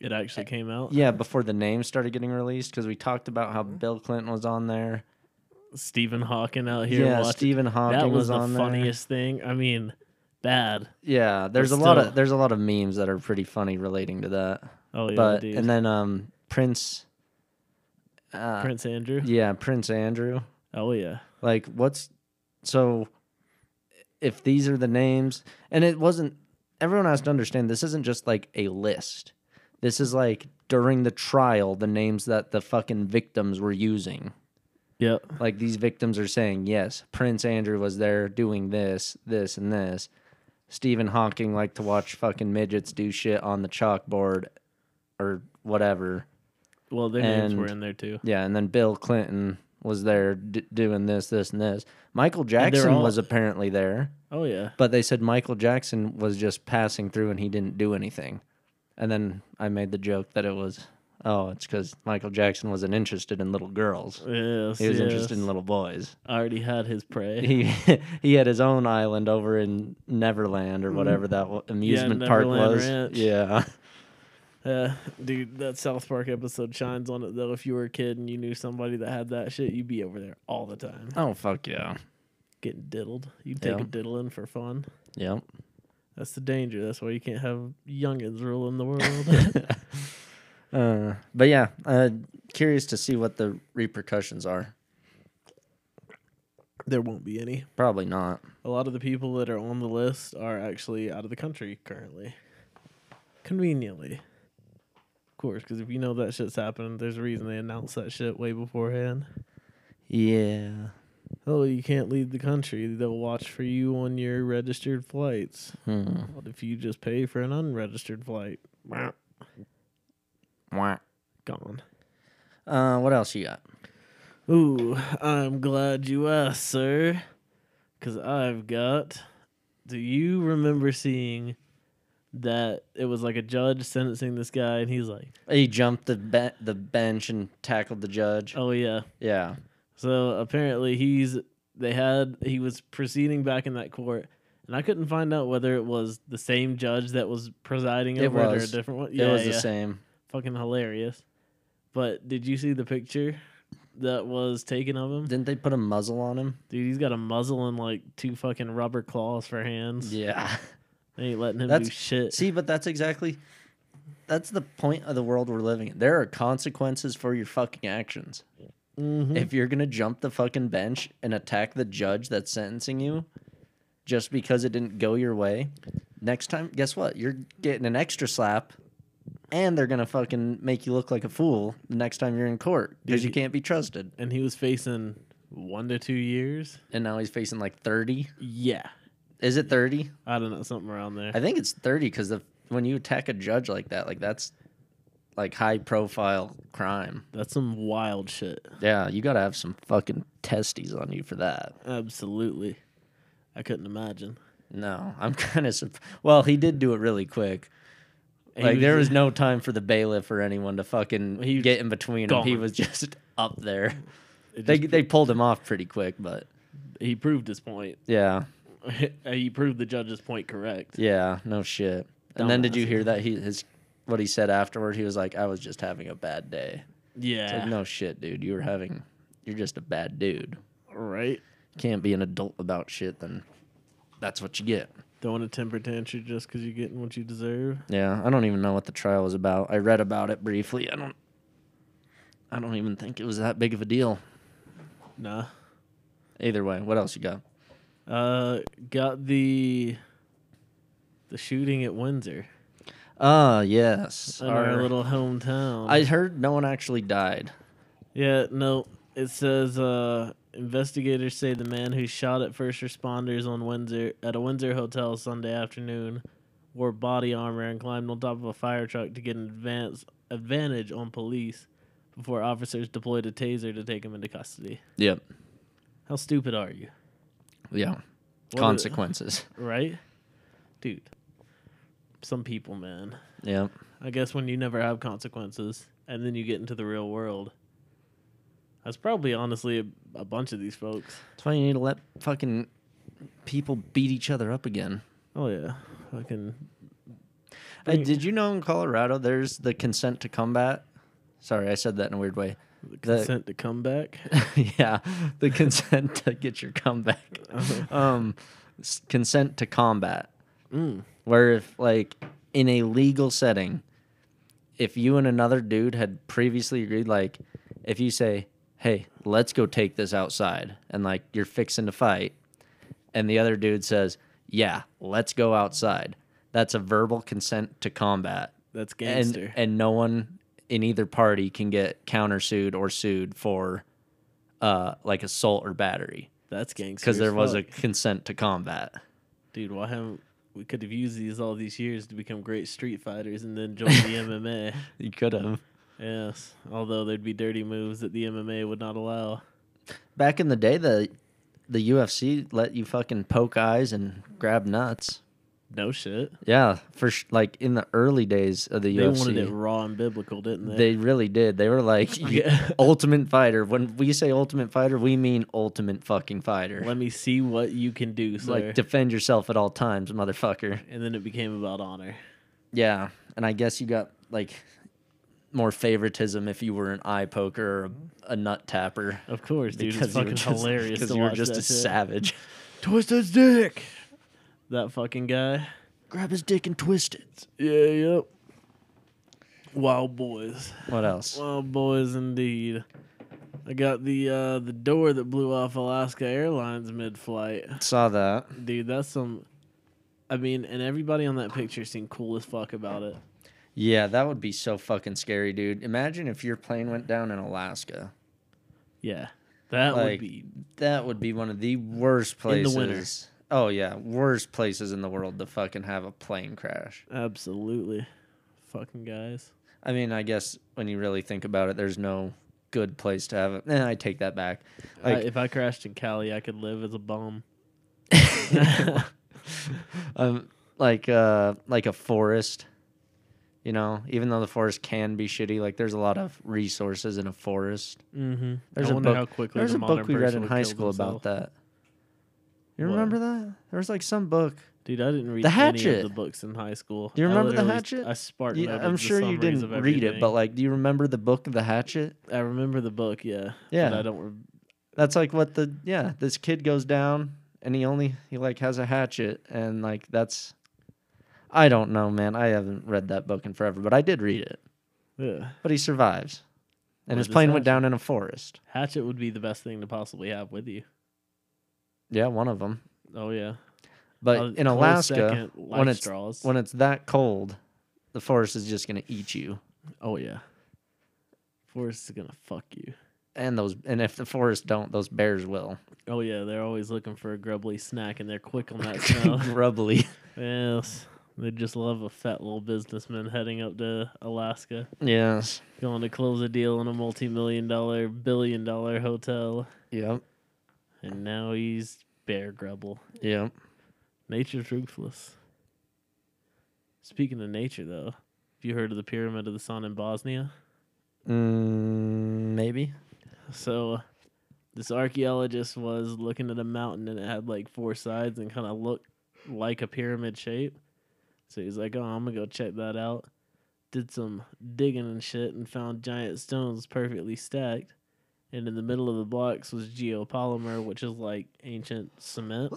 [SPEAKER 1] It actually came out.
[SPEAKER 2] yeah, before the names started getting released cuz we talked about how
[SPEAKER 1] Mm.
[SPEAKER 2] Bill Clinton was on there.
[SPEAKER 1] Stephen Hawking out here
[SPEAKER 2] yeah,
[SPEAKER 1] watching.
[SPEAKER 2] Stephen Hawking
[SPEAKER 1] that was,
[SPEAKER 2] was, on
[SPEAKER 1] the
[SPEAKER 2] there.
[SPEAKER 1] funniest thing. I mean, bad.
[SPEAKER 2] Yeah, there's a
[SPEAKER 1] But
[SPEAKER 2] lot
[SPEAKER 1] still.
[SPEAKER 2] of there's a lot of memes that are pretty funny relating to that.
[SPEAKER 1] Oh yeah,
[SPEAKER 2] but
[SPEAKER 1] dude.
[SPEAKER 2] and then um Prince uh
[SPEAKER 1] Prince Andrew.
[SPEAKER 2] yeah, Prince Andrew.
[SPEAKER 1] Oh yeah.
[SPEAKER 2] Like, what's so? If these are the names, and it wasn't, everyone has to understand this isn't just like a list. This is like during the trial, the names that the fucking victims were using.
[SPEAKER 1] Yep.
[SPEAKER 2] Like, these victims are saying, yes, Prince Andrew was there doing this, this, and this. Stephen Hawking liked to watch fucking midgets do shit on the chalkboard or whatever.
[SPEAKER 1] Well, their names were
[SPEAKER 2] And-
[SPEAKER 1] in there too.
[SPEAKER 2] Yeah, and then Bill Clinton was there d- doing this, this, and this. Michael
[SPEAKER 1] they're
[SPEAKER 2] Jackson
[SPEAKER 1] all-
[SPEAKER 2] was apparently there,
[SPEAKER 1] Oh yeah.
[SPEAKER 2] but they said Michael Jackson was just passing through and he didn't do anything. And then I made the joke that it was, oh, it's because Michael Jackson wasn't interested in little girls.
[SPEAKER 1] Yes,
[SPEAKER 2] He
[SPEAKER 1] yes.
[SPEAKER 2] was interested in little boys.
[SPEAKER 1] I already had his prey.
[SPEAKER 2] He he had his own island over in Neverland or whatever that wa- amusement park
[SPEAKER 1] Neverland
[SPEAKER 2] was.
[SPEAKER 1] Ranch.
[SPEAKER 2] Yeah,
[SPEAKER 1] Yeah, Uh, dude, that South Park episode shines on it though. If you were a kid and you knew somebody that had that shit, you'd be over there all the time
[SPEAKER 2] oh fuck yeah,
[SPEAKER 1] getting diddled. You'd take a
[SPEAKER 2] Yeah.
[SPEAKER 1] diddling for fun.
[SPEAKER 2] yep.
[SPEAKER 1] That's the danger. That's why you can't have youngins ruling the world.
[SPEAKER 2] Uh, but yeah, uh, curious to see what the repercussions are.
[SPEAKER 1] there won't be any.
[SPEAKER 2] Probably not.
[SPEAKER 1] A lot of the people that are on the list are actually out of the country currently. Conveniently. Of course, because if you know that shit's happening, there's a reason they announced that shit way beforehand.
[SPEAKER 2] Yeah.
[SPEAKER 1] Oh, you can't leave the country. They'll watch for you on your registered flights.
[SPEAKER 2] Hmm.
[SPEAKER 1] What if you just pay for an unregistered flight? Wah,
[SPEAKER 2] Wah.
[SPEAKER 1] Gone.
[SPEAKER 2] Uh, what else you got?
[SPEAKER 1] Ooh, I'm glad you asked, sir. Because I've got. Do you remember seeing that it was like a judge sentencing this guy, and he's like,
[SPEAKER 2] He Oh, jumped the be- the bench and tackled the judge.
[SPEAKER 1] oh, yeah.
[SPEAKER 2] Yeah.
[SPEAKER 1] So apparently he's. They had. He was proceeding back in that court. And I couldn't find out whether it was the same judge that was presiding
[SPEAKER 2] It
[SPEAKER 1] over it, or a
[SPEAKER 2] was.
[SPEAKER 1] different one.
[SPEAKER 2] it was the same.
[SPEAKER 1] Fucking hilarious. But did you see the picture that was taken of him?
[SPEAKER 2] Didn't they put a muzzle on him?
[SPEAKER 1] Dude, he's got a muzzle and like two fucking rubber claws for hands.
[SPEAKER 2] Yeah.
[SPEAKER 1] They ain't letting him do
[SPEAKER 2] That's-
[SPEAKER 1] shit.
[SPEAKER 2] see, but that's exactly that's the point of the world we're living in. There are consequences for your fucking actions.
[SPEAKER 1] Mhm.
[SPEAKER 2] if you're gonna jump the fucking bench and attack the judge that's sentencing you just because it didn't go your way next time guess what you're getting an extra slap and they're gonna fucking make you look like a fool the next time you're in court because you
[SPEAKER 1] Dude,
[SPEAKER 2] can't be trusted
[SPEAKER 1] and he was facing one to two years.
[SPEAKER 2] and now he's facing like 30
[SPEAKER 1] Yeah.
[SPEAKER 2] is it 30
[SPEAKER 1] I don't know, something around there.
[SPEAKER 2] i think it's 30 because when you attack a judge like that like that's like high profile crime
[SPEAKER 1] That's some wild shit.
[SPEAKER 2] yeah you gotta have some fucking testes on you for that
[SPEAKER 1] Absolutely. I couldn't imagine.
[SPEAKER 2] No, I'm kind of surprised. Well, he did do it really quick.
[SPEAKER 1] He
[SPEAKER 2] like
[SPEAKER 1] was
[SPEAKER 2] there was
[SPEAKER 1] just-
[SPEAKER 2] no time for the bailiff or anyone to fucking
[SPEAKER 1] He was
[SPEAKER 2] get in between him. He
[SPEAKER 1] gone.
[SPEAKER 2] was just up there.
[SPEAKER 1] It
[SPEAKER 2] They
[SPEAKER 1] just-
[SPEAKER 2] they pulled him off pretty quick, but
[SPEAKER 1] he proved his point.
[SPEAKER 2] yeah,
[SPEAKER 1] he proved the judge's point correct.
[SPEAKER 2] yeah, no shit. And then did you
[SPEAKER 1] Dumbasses.
[SPEAKER 2] hear that he his what he said afterward. He was like, "I was just having a bad day." It's
[SPEAKER 1] Yeah.
[SPEAKER 2] like, no shit, dude. You were having, you're just a bad dude.
[SPEAKER 1] Right.
[SPEAKER 2] Can't be an adult about shit. Then that's what you get.
[SPEAKER 1] Don't want to temper tantrum just because you're getting what you deserve.
[SPEAKER 2] Yeah, I don't even know what the trial was about. I read about it briefly. I don't. I don't even think it was that big of a deal.
[SPEAKER 1] Nah.
[SPEAKER 2] Either way, what else you got?
[SPEAKER 1] Uh, got the the shooting at Windsor
[SPEAKER 2] Ah, yes.
[SPEAKER 1] in our, little hometown.
[SPEAKER 2] I heard no one actually died.
[SPEAKER 1] yeah, no. It says uh, investigators say the man who shot at first responders on Windsor at a Windsor hotel Sunday afternoon wore body armor and climbed on top of a fire truck to get an advance advantage on police before officers deployed a taser to take him into custody.
[SPEAKER 2] Yep.
[SPEAKER 1] How stupid are you?
[SPEAKER 2] Yeah.
[SPEAKER 1] What a-
[SPEAKER 2] Consequences.
[SPEAKER 1] right? Dude, some people, man.
[SPEAKER 2] yeah.
[SPEAKER 1] I guess when you never have consequences and then you get into the real world, that's probably honestly a, a bunch of these folks.
[SPEAKER 2] That's why you need to let fucking people beat each other up again.
[SPEAKER 1] Oh, yeah. Fucking.
[SPEAKER 2] Hey,
[SPEAKER 1] Bring-
[SPEAKER 2] did you know in Colorado there's the consent to combat? Sorry, I said that in a weird way.
[SPEAKER 1] The consent to come back.
[SPEAKER 2] yeah, the consent to get your comeback. Um, s- consent to combat,
[SPEAKER 1] Mm.
[SPEAKER 2] where if like in a legal setting, if you and another dude had previously agreed, like if you say, "Hey, let's go take this outside," and like you're fixing to fight, and the other dude says, "Yeah, let's go outside," that's a verbal consent to combat
[SPEAKER 1] That's
[SPEAKER 2] and
[SPEAKER 1] gangster.
[SPEAKER 2] and no one in either party can get countersued or sued for uh like assault or battery
[SPEAKER 1] that's gangster.
[SPEAKER 2] because there
[SPEAKER 1] as
[SPEAKER 2] was a
[SPEAKER 1] fuck.
[SPEAKER 2] consent to combat.
[SPEAKER 1] Dude, why haven't. We could have used these all these years to become great street fighters and then join the MMA.
[SPEAKER 2] You could have.
[SPEAKER 1] Yes. Although there'd be dirty moves that the MMA would not allow.
[SPEAKER 2] Back in the day, the the UFC let you fucking poke eyes and grab nuts.
[SPEAKER 1] No shit.
[SPEAKER 2] Yeah, for sh- like in the early days of the
[SPEAKER 1] They
[SPEAKER 2] UFC,
[SPEAKER 1] wanted it raw and biblical, didn't they?
[SPEAKER 2] they really did. They were like you-
[SPEAKER 1] Yeah.
[SPEAKER 2] Ultimate Fighter. When we say Ultimate Fighter, we mean Ultimate fucking Fighter.
[SPEAKER 1] Let me see what you can do, sir.
[SPEAKER 2] like defend yourself at all times, motherfucker.
[SPEAKER 1] and then it became about honor.
[SPEAKER 2] Yeah, and I guess you got like more favoritism if you were an eye poker or a, a nut tapper
[SPEAKER 1] Of course, dude. it's
[SPEAKER 2] you were
[SPEAKER 1] fucking
[SPEAKER 2] just-
[SPEAKER 1] hilarious
[SPEAKER 2] because
[SPEAKER 1] to
[SPEAKER 2] you were
[SPEAKER 1] watch
[SPEAKER 2] just
[SPEAKER 1] that
[SPEAKER 2] a
[SPEAKER 1] shit.
[SPEAKER 2] savage.
[SPEAKER 1] Twist his dick. That fucking guy.
[SPEAKER 2] Grab his dick and twist it.
[SPEAKER 1] Yeah, yep. Wild boys.
[SPEAKER 2] What else?
[SPEAKER 1] Wild boys indeed. I got the uh the door that blew off Alaska Airlines mid flight.
[SPEAKER 2] Saw that.
[SPEAKER 1] Dude, that's some I mean, and everybody on that picture seemed cool as fuck about it.
[SPEAKER 2] Yeah, that would be so fucking scary, dude. Imagine if your plane went down in Alaska.
[SPEAKER 1] Yeah. That would
[SPEAKER 2] Like,
[SPEAKER 1] be
[SPEAKER 2] That would be one of the worst places.
[SPEAKER 1] the winter.
[SPEAKER 2] Oh yeah, worst places in the world to fucking have a plane crash.
[SPEAKER 1] absolutely fucking guys.
[SPEAKER 2] I mean, I guess when you really think about it, there's no good place to have it. Eh, I take that back.
[SPEAKER 1] I, if I crashed in Cali, I could live as a bum.
[SPEAKER 2] um, like uh, like a forest. You know, even though the forest can be shitty, like there's a lot of resources in a forest.
[SPEAKER 1] Mm-hmm.
[SPEAKER 2] There's
[SPEAKER 1] I
[SPEAKER 2] a
[SPEAKER 1] wonder
[SPEAKER 2] book,
[SPEAKER 1] how quickly
[SPEAKER 2] there's
[SPEAKER 1] the
[SPEAKER 2] a
[SPEAKER 1] modern
[SPEAKER 2] book we read
[SPEAKER 1] person
[SPEAKER 2] in
[SPEAKER 1] would
[SPEAKER 2] high
[SPEAKER 1] kill
[SPEAKER 2] school
[SPEAKER 1] themselves.
[SPEAKER 2] about that. You
[SPEAKER 1] What?
[SPEAKER 2] remember that? There was like some book.
[SPEAKER 1] Dude, I didn't read
[SPEAKER 2] The
[SPEAKER 1] any
[SPEAKER 2] Hatchet.
[SPEAKER 1] of the books in high school.
[SPEAKER 2] Do you
[SPEAKER 1] I
[SPEAKER 2] remember The
[SPEAKER 1] literally-
[SPEAKER 2] Hatchet?
[SPEAKER 1] I sparked.
[SPEAKER 2] Yeah, I'm sure you didn't read it, but like, do you remember the book of the hatchet?
[SPEAKER 1] I remember the book. Yeah. But
[SPEAKER 2] Yeah.
[SPEAKER 1] I don't. Re-
[SPEAKER 2] That's like what the yeah. This kid goes down, and he only he like has a hatchet, and like that's. I don't know, man. I haven't read that book in forever, but I did read it.
[SPEAKER 1] yeah.
[SPEAKER 2] but he survives. And
[SPEAKER 1] With
[SPEAKER 2] his
[SPEAKER 1] his
[SPEAKER 2] plane went
[SPEAKER 1] hatchet.
[SPEAKER 2] down in a forest.
[SPEAKER 1] Hatchet would be the best thing to possibly have with you.
[SPEAKER 2] Yeah, one of them.
[SPEAKER 1] Oh yeah.
[SPEAKER 2] But
[SPEAKER 1] Uh,
[SPEAKER 2] in
[SPEAKER 1] close
[SPEAKER 2] Alaska,
[SPEAKER 1] second, life
[SPEAKER 2] when it's
[SPEAKER 1] straws.
[SPEAKER 2] when it's that cold, the forest is just gonna eat you.
[SPEAKER 1] oh yeah. Forest is gonna fuck you.
[SPEAKER 2] And those and if the forest don't, those bears will.
[SPEAKER 1] Oh yeah, they're always looking for a grubbly snack, and they're quick on that smell.
[SPEAKER 2] Grubbly.
[SPEAKER 1] yes. They just love a fat little businessman heading up to Alaska,
[SPEAKER 2] Yes.
[SPEAKER 1] going to close a deal in a multi-million dollar, billion dollar hotel.
[SPEAKER 2] Yep.
[SPEAKER 1] And now he's bear grubble.
[SPEAKER 2] Yep.
[SPEAKER 1] Nature's ruthless. Speaking of nature, though, have you heard of the Pyramid of the Sun in Bosnia?
[SPEAKER 2] Mm, maybe.
[SPEAKER 1] So, this archaeologist was looking at a mountain and it had like four sides and kind of looked like a pyramid shape. So he's like, "Oh, I'm gonna go check that out." did some digging and shit and found giant stones perfectly stacked. And in the middle of the blocks was geopolymer, which is like ancient cement.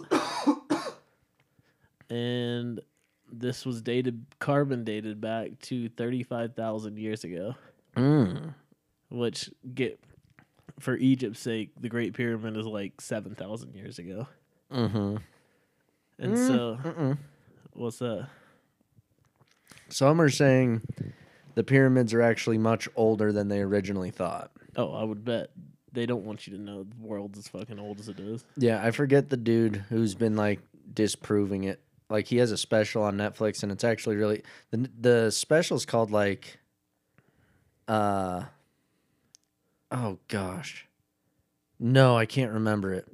[SPEAKER 1] and this was dated carbon dated back to 35,000 years ago,
[SPEAKER 2] Mm.
[SPEAKER 1] which get for Egypt's sake, the Great Pyramid is like 7,000 years ago.
[SPEAKER 2] Mm-hmm.
[SPEAKER 1] And
[SPEAKER 2] Mm,
[SPEAKER 1] so,
[SPEAKER 2] Mm-mm.
[SPEAKER 1] what's that?
[SPEAKER 2] Some are saying the pyramids are actually much older than they originally thought.
[SPEAKER 1] Oh, I would bet they don't want you to know the world's as fucking old as it is.
[SPEAKER 2] Yeah, I forget the dude who's been like disproving it. Like he has a special on Netflix, and it's actually really the the special's called like, uh, oh gosh, no, I can't remember it.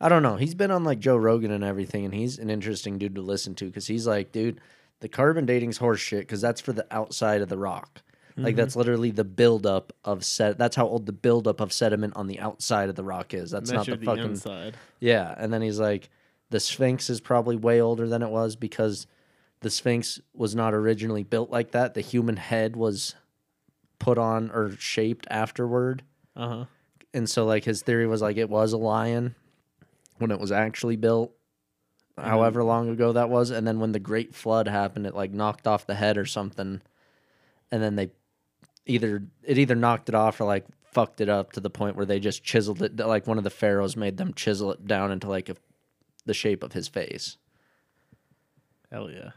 [SPEAKER 2] I don't know. He's been on like Joe Rogan and everything, and he's an interesting dude to listen to because he's like, dude, the carbon dating's horse shit because that's for the outside of the rock.
[SPEAKER 1] Mm-hmm.
[SPEAKER 2] Like that's literally the buildup of set. That's how old the buildup of sediment on the outside of the rock is. That's
[SPEAKER 1] Measure
[SPEAKER 2] not the fucking
[SPEAKER 1] inside.
[SPEAKER 2] yeah, and then he's like, the Sphinx is probably way older than it was because the Sphinx was not originally built like that. The human head was put on or shaped afterward.
[SPEAKER 1] Uh huh.
[SPEAKER 2] And so like his theory was like it was a lion when it was actually built. However long ago that was, and then when the Great Flood happened, it like knocked off the head or something, and then they either it either knocked it off or like fucked it up to the point where they just chiseled it. Like one of the pharaohs made them chisel it down into like a, the shape of his face.
[SPEAKER 1] Hell yeah.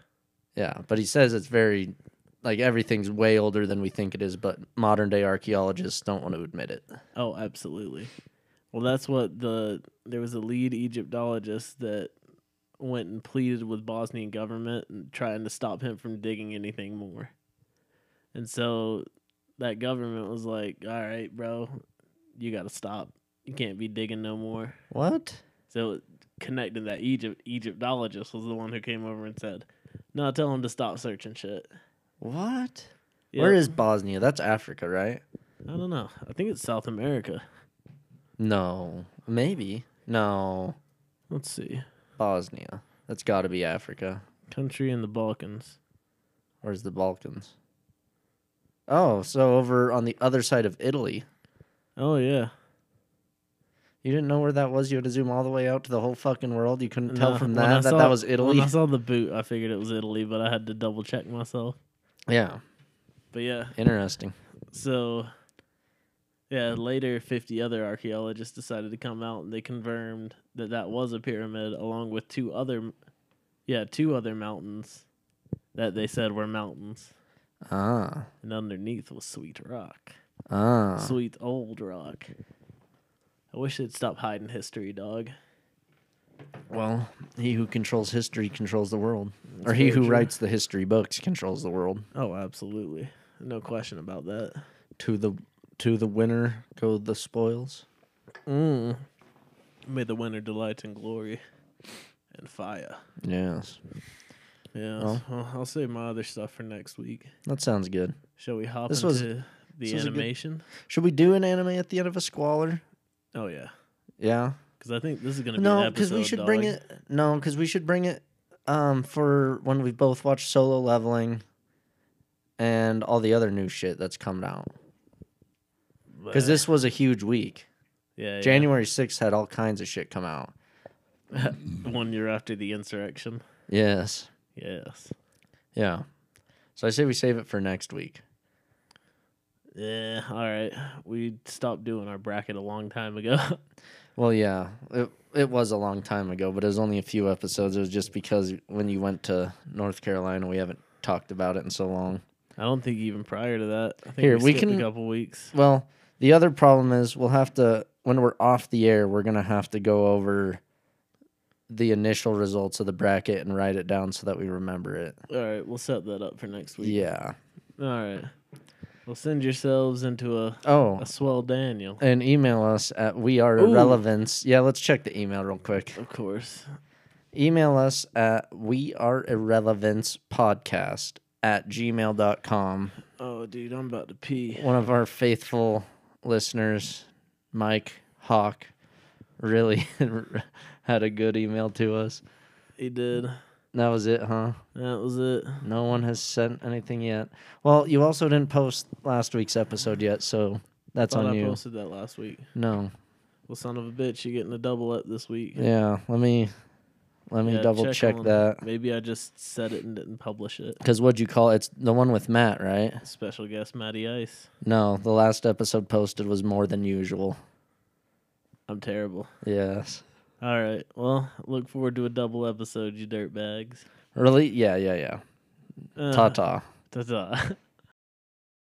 [SPEAKER 2] Yeah, but he says it's very like everything's way older than we think it is, but modern day archaeologists don't want to admit it.
[SPEAKER 1] Oh, absolutely. Well, that's what the there was a lead Egyptologist that went and pleaded with Bosnian government and trying to stop him from digging anything more. And so that government was like, "All right, bro, you got to stop. You can't be digging no more."
[SPEAKER 2] What?
[SPEAKER 1] So connecting that Egypt Egyptologist was the one who came over and said, "No, tell him to stop searching shit."
[SPEAKER 2] What?
[SPEAKER 1] Yeah,
[SPEAKER 2] Where is Bosnia? That's Africa, right?
[SPEAKER 1] I don't know. I think it's South America.
[SPEAKER 2] No. Maybe. No.
[SPEAKER 1] Let's see.
[SPEAKER 2] Bosnia. That's got to be Africa.
[SPEAKER 1] Country in the Balkans.
[SPEAKER 2] Where's the Balkans? Oh, so over on the other side of Italy.
[SPEAKER 1] Oh yeah.
[SPEAKER 2] You didn't know where that was? You had to zoom all the way out to the whole fucking world? You couldn't tell
[SPEAKER 1] No,
[SPEAKER 2] from
[SPEAKER 1] when I
[SPEAKER 2] that that
[SPEAKER 1] saw-
[SPEAKER 2] that was
[SPEAKER 1] When
[SPEAKER 2] Italy?
[SPEAKER 1] I saw the boot, I figured it was Italy, but I had to double check myself.
[SPEAKER 2] Yeah.
[SPEAKER 1] But yeah,
[SPEAKER 2] Interesting.
[SPEAKER 1] so yeah, later 50 other archaeologists decided to come out and they confirmed that that was a pyramid along with two other yeah, two other mountains that they said were mountains.
[SPEAKER 2] Ah.
[SPEAKER 1] And underneath was sweet rock.
[SPEAKER 2] Ah.
[SPEAKER 1] Sweet old rock. I wish they'd stop hiding history, dog.
[SPEAKER 2] Well, he who controls history controls the world. or he
[SPEAKER 1] very
[SPEAKER 2] who
[SPEAKER 1] true.
[SPEAKER 2] writes the history books controls the world.
[SPEAKER 1] Oh, absolutely. No question about that.
[SPEAKER 2] To the to the winner go the spoils.
[SPEAKER 1] Mm. May the winner delight in glory and fire.
[SPEAKER 2] Yes.
[SPEAKER 1] Yeah, I'll, I'll save my other stuff for next week.
[SPEAKER 2] That sounds good.
[SPEAKER 1] Shall we hop
[SPEAKER 2] This
[SPEAKER 1] into
[SPEAKER 2] was-
[SPEAKER 1] the
[SPEAKER 2] this was a good-
[SPEAKER 1] animation?
[SPEAKER 2] Should we do an anime at the end of a squalor?
[SPEAKER 1] Oh yeah,
[SPEAKER 2] Yeah.
[SPEAKER 1] because I think this is gonna be
[SPEAKER 2] No,
[SPEAKER 1] an
[SPEAKER 2] because
[SPEAKER 1] episode.
[SPEAKER 2] we should bring
[SPEAKER 1] dog.
[SPEAKER 2] it. No, because we should bring it um, for when we both watch Solo Leveling and all the other new shit that's coming out. Because
[SPEAKER 1] Bleh.
[SPEAKER 2] this was a huge week.
[SPEAKER 1] yeah, yeah.
[SPEAKER 2] January 6th had all kinds of shit come out.
[SPEAKER 1] one year after the insurrection.
[SPEAKER 2] Yes.
[SPEAKER 1] Yes.
[SPEAKER 2] Yeah. So I say we save it for next week.
[SPEAKER 1] Yeah. All right. We stopped doing our bracket a long time ago.
[SPEAKER 2] Well, yeah, it, it was a long time ago, but it was only a few episodes. It was just because when you went to North Carolina, we haven't talked about it in so long.
[SPEAKER 1] I don't think even prior to that. I think
[SPEAKER 2] Here, we
[SPEAKER 1] skipped a
[SPEAKER 2] can-
[SPEAKER 1] couple weeks.
[SPEAKER 2] Well, the other problem is we'll have to when we're off the air, we're gonna have to go over the initial results of the bracket and write it down so that we remember it.
[SPEAKER 1] All right, we'll set that up for next week.
[SPEAKER 2] Yeah.
[SPEAKER 1] All right. Well, send yourselves into a
[SPEAKER 2] Oh,
[SPEAKER 1] a swell Daniel.
[SPEAKER 2] and email us at we are
[SPEAKER 1] Ooh.
[SPEAKER 2] irrelevance. Yeah, let's check the email real quick.
[SPEAKER 1] Of course.
[SPEAKER 2] Email us at we are irrelevance podcast at gmail.com.
[SPEAKER 1] Oh, dude, I'm about to pee.
[SPEAKER 2] One of our faithful listeners, Mike Hawk, really had a good email to us.
[SPEAKER 1] He did.
[SPEAKER 2] That was it, huh?
[SPEAKER 1] That was it.
[SPEAKER 2] No one has sent anything yet. Well, you also didn't post last week's episode yet, so that's
[SPEAKER 1] Thought
[SPEAKER 2] on
[SPEAKER 1] I
[SPEAKER 2] you.
[SPEAKER 1] posted that last week.
[SPEAKER 2] No.
[SPEAKER 1] Well, son of a bitch, you're getting a double up this week.
[SPEAKER 2] Yeah, let me let me
[SPEAKER 1] Yeah,
[SPEAKER 2] double check,
[SPEAKER 1] on-
[SPEAKER 2] that.
[SPEAKER 1] Maybe I just said it and didn't publish it.
[SPEAKER 2] Cuz what'd you call it? It's the one with Matt, right?
[SPEAKER 1] Special guest Matty Ice.
[SPEAKER 2] No, the last episode posted was more than usual.
[SPEAKER 1] I'm terrible.
[SPEAKER 2] Yes.
[SPEAKER 1] All right. Well, look forward to a double episode, you dirtbags.
[SPEAKER 2] Really? Yeah, yeah, yeah.
[SPEAKER 1] Uh,
[SPEAKER 2] Ta ta.
[SPEAKER 1] Ta-ta.